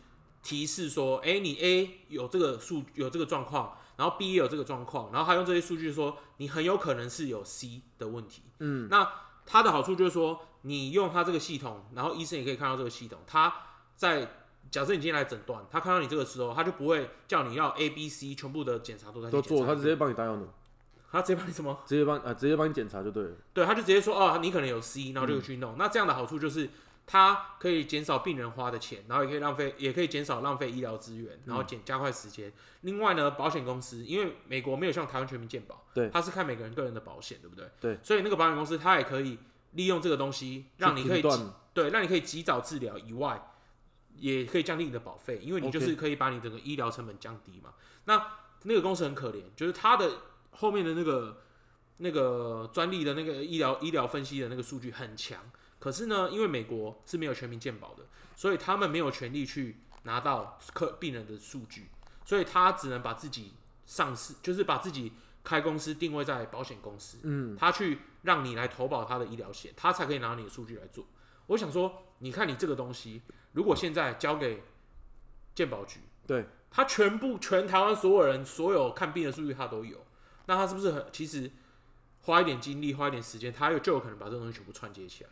[SPEAKER 2] 提示说，哎、你 A 有这个数有这个状况，然后 B 也有这个状况，然后它用这些数据说你很有可能是有 C 的问题，
[SPEAKER 3] 嗯，
[SPEAKER 2] 那它的好处就是说，你用它这个系统，然后医生也可以看到这个系统，他在。假设你今天来诊断，他看到你这个时候，他就不会叫你要 A、B、C 全部的检查都在
[SPEAKER 3] 都做，他直接帮你打药呢，
[SPEAKER 2] 他直接帮你什么？
[SPEAKER 3] 直接帮啊，直接帮你检查就对了。
[SPEAKER 2] 对，他就直接说哦，你可能有 C，然后就去
[SPEAKER 3] 嗯
[SPEAKER 2] 弄。那这样的好处就是，它可以减少病人花的钱，然后也可以浪费，也可以减少浪费医疗资
[SPEAKER 3] 嗯
[SPEAKER 2] 源，然后减加快时间。另外呢，保险公司因为美国没有像台湾全民健保，
[SPEAKER 3] 对
[SPEAKER 2] 它是看每个人个人的保险，对不对？
[SPEAKER 3] 对，
[SPEAKER 2] 所以那个保险公司它也可以利用这个东西，让你可以
[SPEAKER 3] 去评
[SPEAKER 2] 及
[SPEAKER 3] 断
[SPEAKER 2] 对，让你可以及早治疗以外，也可以降低你的保费，因为你就
[SPEAKER 3] OK
[SPEAKER 2] 是可以把你整个医疗成本降低嘛。那那个公司很可怜，就是它的后面的那个那个专利的那个医疗医疗分析的那个数据很强，可是呢，因为美国是没有全民健保的，所以他们没有权利去拿到客病人的数据，所以他只能把自己上市，就是把自己开公司定位在保险公司，
[SPEAKER 3] 嗯，
[SPEAKER 2] 他去让你来投保他的医疗险，他才可以拿你的数据来做。我想说，你看你这个东西，如果现在交给健保局，
[SPEAKER 3] 对，
[SPEAKER 2] 他全部全台湾所有人所有看病的数据他都有，那他是不是很其实花一点精力，花一点时间，他有就有可能把这个东西全部串接起来？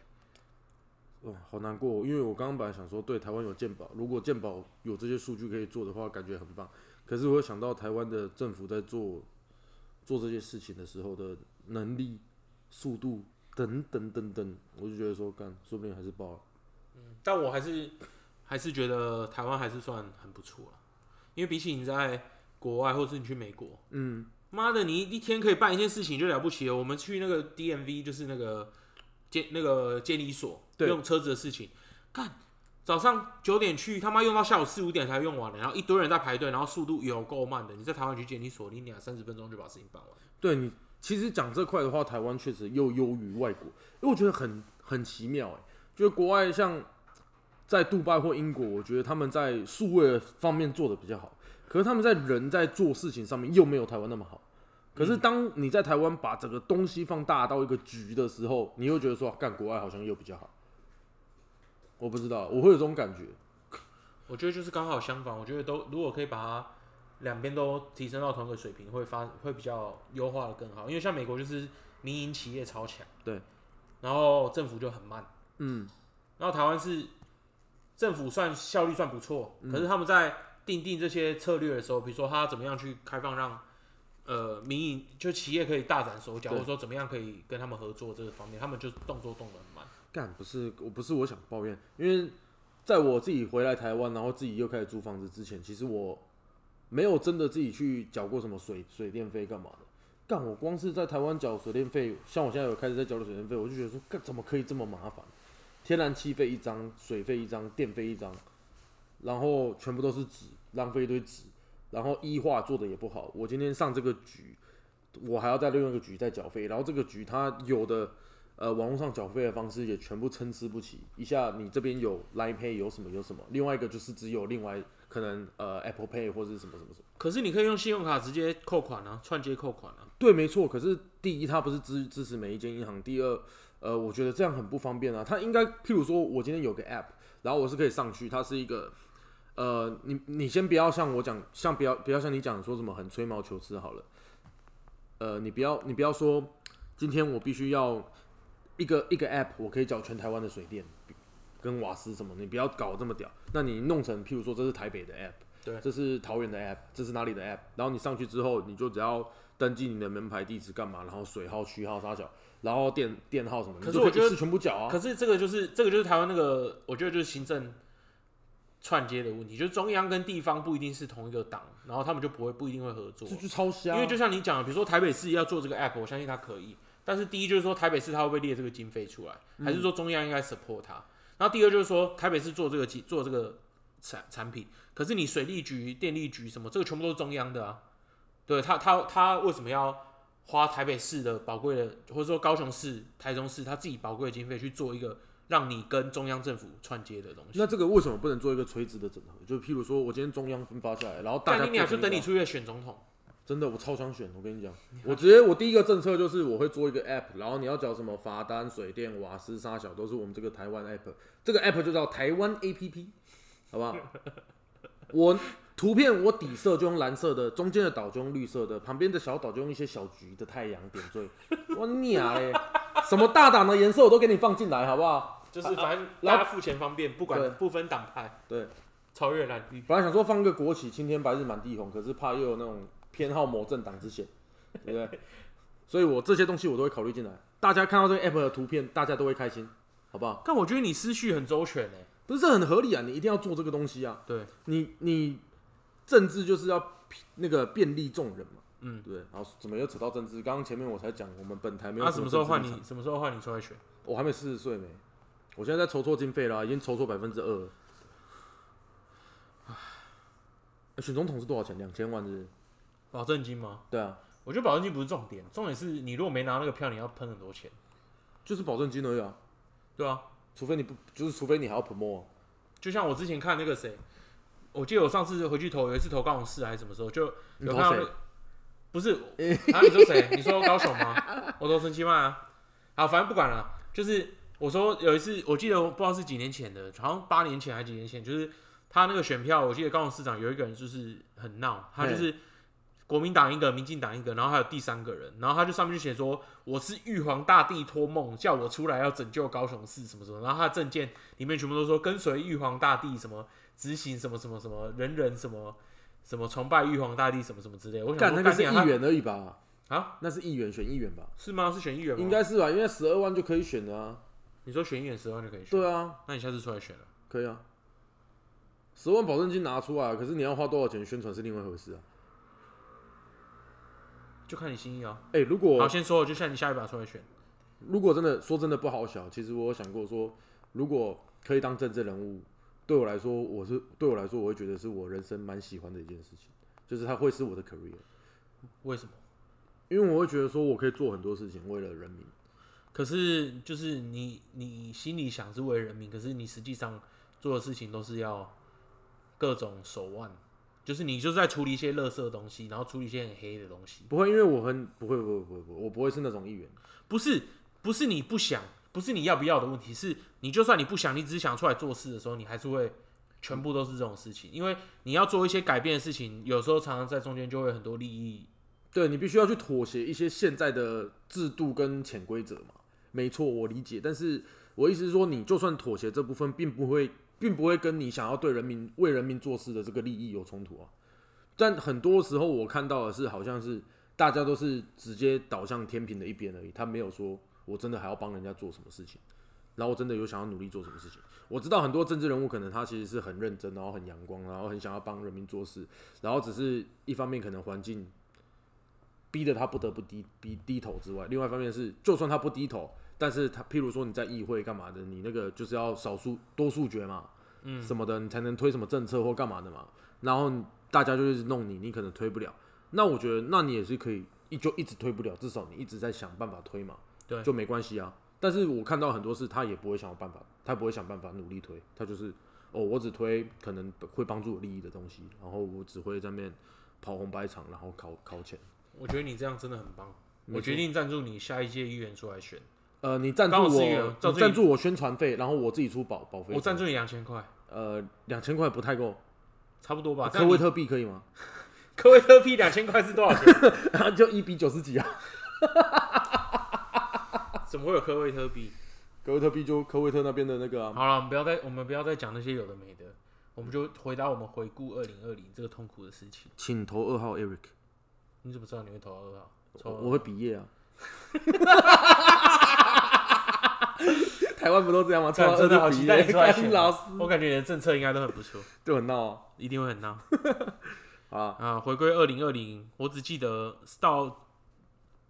[SPEAKER 3] 哇，好难过哦，因为我刚刚本来想说，对台湾有健保，如果健保有这些数据可以做的话，感觉很棒。可是我想到台湾的政府在做做这些事情的时候的能力、速度等等等等，我就觉得说，干，说不定还是爆了。
[SPEAKER 2] 嗯但我还是还是觉得台湾还是算很不错了，因为比起你在国外，或是你去美国，
[SPEAKER 3] 嗯，
[SPEAKER 2] 妈的，你一天可以办一件事情就了不起了。我们去那个 DMV，就是那个监那个监理所，
[SPEAKER 3] 对
[SPEAKER 2] 用车子的事情，干。早上九点去，他妈用到下午四五点才用完了，然后一堆人在排队，然后速度有够慢的。你在台湾去监理所，你两三十分钟就把事情办完。
[SPEAKER 3] 对你其实讲这块的话，台湾确实又优于外国，因为我觉得很很奇妙哎、就是国外像在杜拜或英国，我觉得他们在数位方面做的比较好，可是他们在人在做事情上面又没有台湾那么好。可是当你在台湾把整个东西放大到一个局的时候，你又觉得说，干国外好像又比较好。我不知道，我会有这种感觉。
[SPEAKER 2] 我觉得就是刚好相反，我觉得都如果可以把它两边都提升到同一个水平，会发会比较优化的更好。因为像美国就是民营企业超强，
[SPEAKER 3] 对，
[SPEAKER 2] 然后政府就很慢，
[SPEAKER 3] 嗯，
[SPEAKER 2] 然后台湾是政府算效率算不错，可是他们在定定这些策略的时候，比如说他怎么样去开放让呃民营就企业可以大展手脚，
[SPEAKER 3] 对
[SPEAKER 2] 或者说怎么样可以跟他们合作这个方面，他们就动作动得很慢。
[SPEAKER 3] 干不是我不是我想抱怨，因为在我自己回来台湾，然后自己又开始租房子之前，其实我没有真的自己去缴过什么水水电费干嘛的。干我光是在台湾缴水电费，像我现在有开始在缴的水电费，我就觉得说，干怎么可以这么麻烦？天然气费一张，水费一张，电费一张，然后全部都是纸，浪费一堆纸，然后医化做的也不好。我今天上这个局，我还要在另外一个局再缴费，然后这个局它有的呃网络上缴费的方式也全部参差不齐，一下你这边有 Line Pay 有什么有什么，另外一个就是只有另外可能呃 Apple Pay 或者是什么什么什么。
[SPEAKER 2] 可是你可以用信用卡直接扣款啊，串接扣款啊。
[SPEAKER 3] 对，没错。可是第一，它不是支支持每一间银行；第二，呃，我觉得这样很不方便啊。它应该，譬如说，我今天有个 app，然后我是可以上去，它是一个，呃，你你先不要像我讲，像不要不要像你讲说什么很吹毛求疵好了。呃，你不要你不要说，今天我必须要一个一个 app，我可以缴全台湾的水电跟瓦斯什么，你不要搞这么屌。那你弄成譬如说这是台北的 app，
[SPEAKER 2] 对
[SPEAKER 3] 这是桃园的 app，这是哪里的 app，然后你上去之后，你就只要登记你的门牌地址干嘛，然后水号、区号、啥小，然后电电号什么，
[SPEAKER 2] 可
[SPEAKER 3] 你
[SPEAKER 2] 是
[SPEAKER 3] 就
[SPEAKER 2] 我
[SPEAKER 3] 以
[SPEAKER 2] 觉
[SPEAKER 3] 一
[SPEAKER 2] 得
[SPEAKER 3] 次全部缴啊。
[SPEAKER 2] 可是这个就是这个就是台湾那个，我觉得就是行政串接的问题，就是中央跟地方不一定是同一个党，然后他们就不会不一定会合作
[SPEAKER 3] 这。就超瞎啊，
[SPEAKER 2] 因为就像你讲的，比如说台北市要做这个 app，我相信它可以。但是第一就是说台北市它会不会列这个经费出来，还是说中央应该 support 它？然后第二就是说台北市做这个做这个产产品，可是你水利局、电力局什么，这个全部都是中央的啊。对他，他他为什么要花台北市的宝贵的，或者说高雄市、台中市他自己宝贵的经费去做一个让你跟中央政府串接的东西？
[SPEAKER 3] 那这个为什么不能做一个垂直的整合？就譬如说，我今天中央分发下来，然后大
[SPEAKER 2] 但
[SPEAKER 3] 家
[SPEAKER 2] 你俩就
[SPEAKER 3] 做成一个
[SPEAKER 2] 等你出月选总统，
[SPEAKER 3] 真的，我超想选。我跟你讲，我直接我第一个政策就是我会做一个 app，然后你要缴什么罚单、水电、瓦斯、沙小，都是我们这个台湾 app。这个 app 就叫台湾 app，好不好？我图片我底色就用蓝色的，中间的岛就用绿色的，旁边的小岛就用一些小橘的太阳点缀。我娘嘞，什么大胆的颜色我都给你放进来，好不好？
[SPEAKER 2] 就是反正
[SPEAKER 3] 然
[SPEAKER 2] 大家
[SPEAKER 3] 后
[SPEAKER 2] 付钱方便，不
[SPEAKER 3] 对
[SPEAKER 2] 管不分党派，
[SPEAKER 3] 对，
[SPEAKER 2] 超越蓝绿。
[SPEAKER 3] 本来想说放个国旗，青天白日满地红，可是怕又有那种偏好某政党之嫌，对不 对？所以我这些东西我都会考虑进来。大家看到这个 app 的图片，大家都会开心，好不好？
[SPEAKER 2] 但我觉得你思绪很周全诶、欸
[SPEAKER 3] 不是这很合理啊，你一定要做这个东西啊。
[SPEAKER 2] 对，
[SPEAKER 3] 你你政治就是要平那个便利众人嘛，
[SPEAKER 2] 嗯
[SPEAKER 3] 对不对。然后怎么又扯到政治？刚刚前面我才讲，我们本台没有
[SPEAKER 2] 啊那、什么时候
[SPEAKER 3] 政
[SPEAKER 2] 换
[SPEAKER 3] 治立场
[SPEAKER 2] 你？？什么时候换你出来选？
[SPEAKER 3] 我还没四十岁没，我现在在筹措经费啦，已经筹措百分之二了。唉选总统是多少钱？两千万是不是？
[SPEAKER 2] 保证金吗？
[SPEAKER 3] 对啊，
[SPEAKER 2] 我觉得保证金不是重点，重点是你如果没拿那个票，你要喷很多钱，
[SPEAKER 3] 就是保证金而已啊，
[SPEAKER 2] 对啊，
[SPEAKER 3] 除非你不，就是除非你还要 promo，、啊、
[SPEAKER 2] 就像我之前看那个谁，我记得我上次回去投，有一次投高雄市还是什么时候，就
[SPEAKER 3] 你
[SPEAKER 2] 有
[SPEAKER 3] 投
[SPEAKER 2] 看到那
[SPEAKER 3] 谁
[SPEAKER 2] 个不 是啊？你说谁？你说高雄吗？我投陈其迈啊。好，反正不管了，就是我说有一次，我记得我不知道是几年前的，好像八年前还是几年前，就是他那个选票，我记得高雄市长有一个人就是很闹，他就是。国民党一个，民进党一个，然后还有第三个人，然后他就上面就写说我是玉皇大帝托梦叫我出来要拯救高雄市什么什么，然后他的证件里面全部都说跟随玉皇大帝什么执行什么什么什么人人什么什么崇拜玉皇大帝什么什么之类的，我想
[SPEAKER 3] 干
[SPEAKER 2] 说
[SPEAKER 3] 那个是
[SPEAKER 2] 你啊他
[SPEAKER 3] 议员而已吧？
[SPEAKER 2] 啊，
[SPEAKER 3] 那是议员选议员吧？
[SPEAKER 2] 是吗？是选议员吗？
[SPEAKER 3] 应该是吧，因为十二万就可以选的啊。
[SPEAKER 2] 你说选议员十万就可以选，
[SPEAKER 3] 对啊，
[SPEAKER 2] 那你下次出来选了。
[SPEAKER 3] 可以啊，十万保证金拿出来，可是你要花多少钱宣传是另外一回事啊。
[SPEAKER 2] 就看你心意啊。
[SPEAKER 3] 哎、如
[SPEAKER 2] 好，
[SPEAKER 3] 果
[SPEAKER 2] 先说，就像你下一把出来选，
[SPEAKER 3] 如果真的说真的不好小，其实我有想过说，如果可以当政治人物，对我来说，我是对我来说，我会觉得是我人生蛮喜欢的一件事情，就是它会是我的 career，
[SPEAKER 2] 为什么？
[SPEAKER 3] 因为我会觉得说我可以做很多事情，为了人民。
[SPEAKER 2] 可是就是你你心里想是为人民，可是你实际上做的事情都是要各种手腕，就是你就是在处理一些垃圾的东西，然后处理一些很黑的东西。
[SPEAKER 3] 不会，因为我很不会，不会，不会，不会，我不会是那种议员。
[SPEAKER 2] 不是不是你不想，不是你要不要的问题，是你就算你不想，你只是想出来做事的时候，你还是会全部都是这种事情，因为你要做一些改变的事情，有时候常常在中间就会有很多利益。
[SPEAKER 3] 对你必须要去妥协一些现在的制度跟潜规则嘛。没错，我理解，但是我意思是说，你就算妥协这部分，并不会，并不会跟你想要对人民为人民做事的这个利益有冲突啊。但很多时候我看到的是，好像是大家都是直接倒向天平的一边而已，他没有说我真的还要帮人家做什么事情，然后我真的有想要努力做什么事情。我知道很多政治人物可能他其实是很认真，然后很阳光，然后很想要帮人民做事，然后只是一方面可能环境逼得他不得不低低低头之外，另外一方面是，就算他不低头，但是他譬如说你在议会干嘛的，你那个就是要少数多数决嘛，嗯，什么的，你才能推什么政策或干嘛的嘛。然后大家就一直弄你，你可能推不了。那我觉得，那你也是可以一就一直推不了，至少你一直在想办法推嘛，
[SPEAKER 2] 对
[SPEAKER 3] 就没关系啊。但是我看到很多事，他也不会想有办法，他不会想办法努力推，他就是哦，我只推可能会帮助我利益的东西，然后我只会在那边跑红白场，然后考考钱。
[SPEAKER 2] 我觉得你这样真的很棒，
[SPEAKER 3] 没错
[SPEAKER 2] 我决定赞助你下一届议员出来选，
[SPEAKER 3] 呃，你赞助
[SPEAKER 2] 刚好
[SPEAKER 3] 我，
[SPEAKER 2] 是一元
[SPEAKER 3] 你
[SPEAKER 2] 照这
[SPEAKER 3] 赞
[SPEAKER 2] 一
[SPEAKER 3] 助我宣传费，然后我自己出保保费。
[SPEAKER 2] 我赞助你两千块，
[SPEAKER 3] 呃两千块不太够，
[SPEAKER 2] 差不多吧。
[SPEAKER 3] 科威
[SPEAKER 2] 特
[SPEAKER 3] 特币可以吗？
[SPEAKER 2] 科威特 P 两千块是多少钱？
[SPEAKER 3] 就一比九十几啊，
[SPEAKER 2] 怎么会有科威特 P？
[SPEAKER 3] 科威特币就科威特那边的那个、啊。
[SPEAKER 2] 好了，我们不要再我们不要再讲那些有的没的。我们就回答我们回顾二零二零这个痛苦的事情。
[SPEAKER 3] 请投二号 Eric，
[SPEAKER 2] 你怎么知道你会投到二号？
[SPEAKER 3] 我
[SPEAKER 2] 抽
[SPEAKER 3] 我会毕业啊。 台湾不都这样吗？抽到
[SPEAKER 2] 干真的
[SPEAKER 3] 二
[SPEAKER 2] 好
[SPEAKER 3] 就
[SPEAKER 2] 期
[SPEAKER 3] 毕
[SPEAKER 2] 待
[SPEAKER 3] 业
[SPEAKER 2] 你出来
[SPEAKER 3] 干
[SPEAKER 2] 选啊
[SPEAKER 3] 老师
[SPEAKER 2] 我感觉你的政策应该都很不错，
[SPEAKER 3] 就很闹啊
[SPEAKER 2] 一定会很闹。
[SPEAKER 3] 好啊。
[SPEAKER 2] 啊，回归二零二零，我只记得到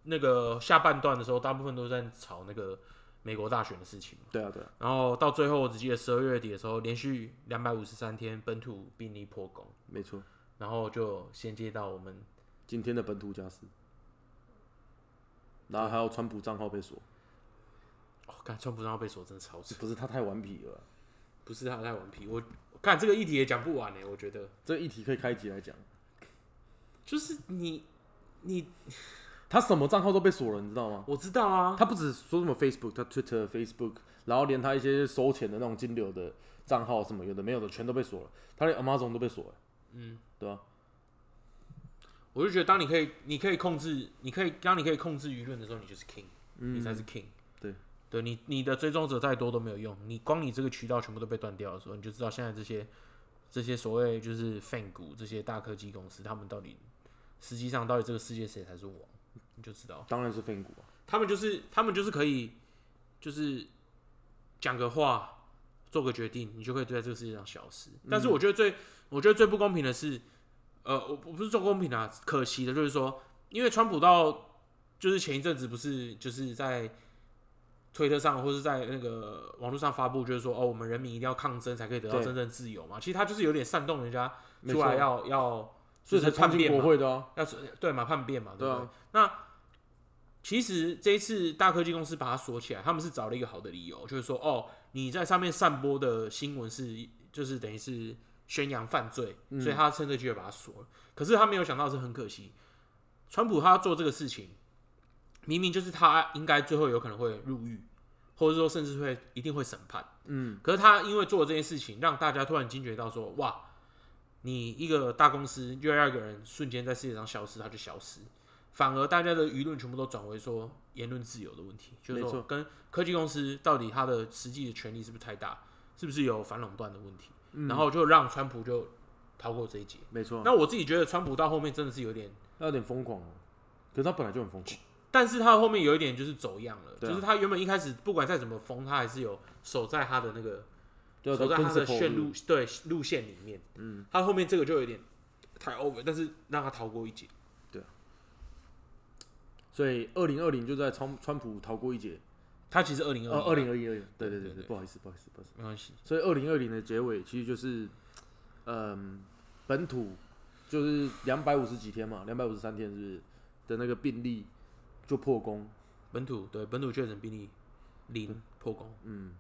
[SPEAKER 2] 那个下半段的时候，大部分都在吵那个美国大选的事情嘛。
[SPEAKER 3] 对啊，对啊，
[SPEAKER 2] 然后到最后，我只记得十二月底的时候，连续两百五十三天本土病例破功，
[SPEAKER 3] 没错。
[SPEAKER 2] 然后就衔接到我们
[SPEAKER 3] 今天的本土加斯，然后还有川普账号被锁，
[SPEAKER 2] 哦，看川普上被锁真的超扯，
[SPEAKER 3] 不是他太顽皮了啊。
[SPEAKER 2] 不是他太顽皮，我看这个议题也讲不完呢、欸我觉得
[SPEAKER 3] 这一题可以开一集来讲，
[SPEAKER 2] 就是你你
[SPEAKER 3] 他什么账号都被锁了，你知道吗？
[SPEAKER 2] 我知道啊，
[SPEAKER 3] 他不止说什么 Facebook，他 Twitter、Facebook，然后连他一些收钱的那种金流的账号什么有的没有的全都被锁了，他连 Amazon 都被锁了，嗯，对吧、
[SPEAKER 2] 我就觉得当你可以你可以控制，你可以当你可以控制舆论的时候，你就是 king，、你才是 king。
[SPEAKER 3] 对，
[SPEAKER 2] 对你你的追踪者再多都没有用，你光你这个渠道全部都被断掉的时候，你就知道现在这些这些所谓就是 fan 股这些大科技公司，他们到底实际上到底这个世界谁才是王，你就知道。
[SPEAKER 3] 当然是 Fan 股啊，
[SPEAKER 2] 他们就是他们就是可以，就是讲个话，做个决定，你就可以在这个世界上消失。
[SPEAKER 3] 嗯
[SPEAKER 2] 但是我觉得最、我觉得最不公平的是，呃，我我不是说公平啊，可惜的就是说，因为川普到就是前一阵子不是就是在推特上或是在那个网络上发布，就是说哦，我们人民一定要抗争才可以得到
[SPEAKER 3] 对
[SPEAKER 2] 真正自由嘛。其实他就是有点煽动人家
[SPEAKER 3] 没
[SPEAKER 2] 出
[SPEAKER 3] 错
[SPEAKER 2] 来要要，
[SPEAKER 3] 所
[SPEAKER 2] 就
[SPEAKER 3] 以
[SPEAKER 2] 是
[SPEAKER 3] 才
[SPEAKER 2] 叛
[SPEAKER 3] 冲进
[SPEAKER 2] 变
[SPEAKER 3] 国
[SPEAKER 2] 嘛。
[SPEAKER 3] 会的啊，
[SPEAKER 2] 要是对嘛叛变嘛，对
[SPEAKER 3] 对
[SPEAKER 2] 不
[SPEAKER 3] 啊
[SPEAKER 2] 对？那其实这一次大科技公司把它锁起来，他们是找了一个好的理由，就是说哦，你在上面散播的新闻是就是等于是宣扬犯罪，所以他趁这机会把它锁了。可是他没有想到是很可惜，川普他做这个事情，明明就是他应该最后有可能会入狱，或者说甚至会一定会审判。
[SPEAKER 3] 嗯，
[SPEAKER 2] 可是他因为做了这件事情，让大家突然惊觉到说，哇，你一个大公司又让一个人瞬间在世界上消失，他就消失，反而大家的舆论全部都转为说言论自由的问题，就是
[SPEAKER 3] 没
[SPEAKER 2] 说
[SPEAKER 3] 错
[SPEAKER 2] 跟科技公司到底它的实际的权利是不是太大，是不是有反垄断的问题，
[SPEAKER 3] 嗯
[SPEAKER 2] 然后就让川普就逃过这一劫。
[SPEAKER 3] 没错啊，
[SPEAKER 2] 那我自己觉得川普到后面真的是有点
[SPEAKER 3] 他有点疯狂哦，可是他本来就很疯狂，
[SPEAKER 2] 但是他后面有一点就是走样了，
[SPEAKER 3] 对啊
[SPEAKER 2] 就是他原本一开始不管再怎么疯，他还是有守在他的那个
[SPEAKER 3] 对啊，
[SPEAKER 2] 守在他的
[SPEAKER 3] principle
[SPEAKER 2] 线路对路线里面。嗯，他后面这个就有点太 over，但是让他逃过一劫。
[SPEAKER 3] 所以二零二零就在川川普逃过一劫，
[SPEAKER 2] 他其实二零
[SPEAKER 3] 呃，
[SPEAKER 2] 二
[SPEAKER 3] 二零二一二零，对
[SPEAKER 2] 对对
[SPEAKER 3] 对对对，
[SPEAKER 2] 对
[SPEAKER 3] 不好意思，不好意思，不好意思。
[SPEAKER 2] 没关系，
[SPEAKER 3] 所以二零二零的结尾其实就是，嗯，本土就是两百五十几天嘛，两百五十三天是不是的那个病例就破功，
[SPEAKER 2] 本土对本土确诊病例零破功，
[SPEAKER 3] 嗯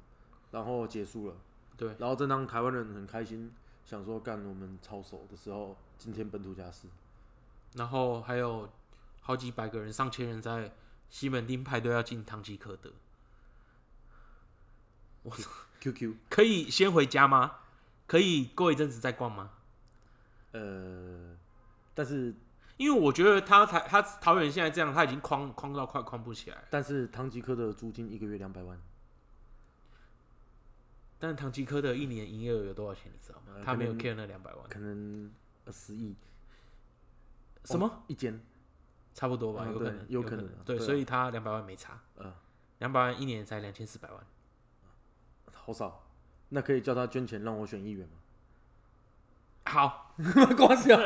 [SPEAKER 3] 然后结束了。
[SPEAKER 2] 对，
[SPEAKER 3] 然后正当台湾人很开心，想说干我们操守的时候，今天本土加四，
[SPEAKER 2] 然后还有好几百个人、上千人在西门町排队要进唐吉诃德。
[SPEAKER 3] QQ，
[SPEAKER 2] 可以先回家吗？可以过一阵子再逛吗？
[SPEAKER 3] 呃，但是
[SPEAKER 2] 因为我觉得他台他桃园现在这样，他已经框框到快框不起来了。
[SPEAKER 3] 但是唐吉诃德的租金一个月两百万，
[SPEAKER 2] 但是唐吉诃德一年营业额有多少钱，你知道吗？
[SPEAKER 3] 呃
[SPEAKER 2] 他没有
[SPEAKER 3] 可能
[SPEAKER 2] care 那两百万，
[SPEAKER 3] 可能二十亿哦
[SPEAKER 2] 什么、
[SPEAKER 3] 一间，
[SPEAKER 2] 差不多吧，
[SPEAKER 3] 嗯
[SPEAKER 2] 有可能，
[SPEAKER 3] 对有
[SPEAKER 2] 可
[SPEAKER 3] 可能
[SPEAKER 2] 能
[SPEAKER 3] 啊，
[SPEAKER 2] 对，
[SPEAKER 3] 对啊
[SPEAKER 2] 所以他两百万没差，
[SPEAKER 3] 呃，
[SPEAKER 2] 两百万一年才两千四百万，
[SPEAKER 3] 好少，那可以叫他捐钱让我选议员吗？
[SPEAKER 2] 好。
[SPEAKER 3] 光想。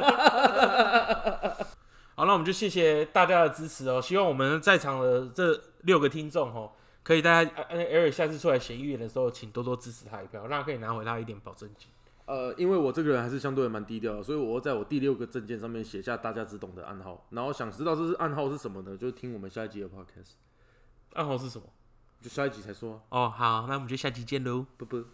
[SPEAKER 2] 好，那我们就谢谢大家的支持哦。希望我们在场的这六个听众哦，可以大家呃呃，Eric 下次出来选议员的时候，请多多支持他一票，让他可以拿回他一点保证金。
[SPEAKER 3] 呃，因为我这个人还是相对蛮低调的，所以我会在我第六个证件上面写下大家只懂的暗号。然后想知道这是暗号是什么呢？就听我们下一集的 podcast，
[SPEAKER 2] 暗号是什么？
[SPEAKER 3] 就下一集才说啊。
[SPEAKER 2] 哦，好，那我们就下期见喽。
[SPEAKER 3] 不不。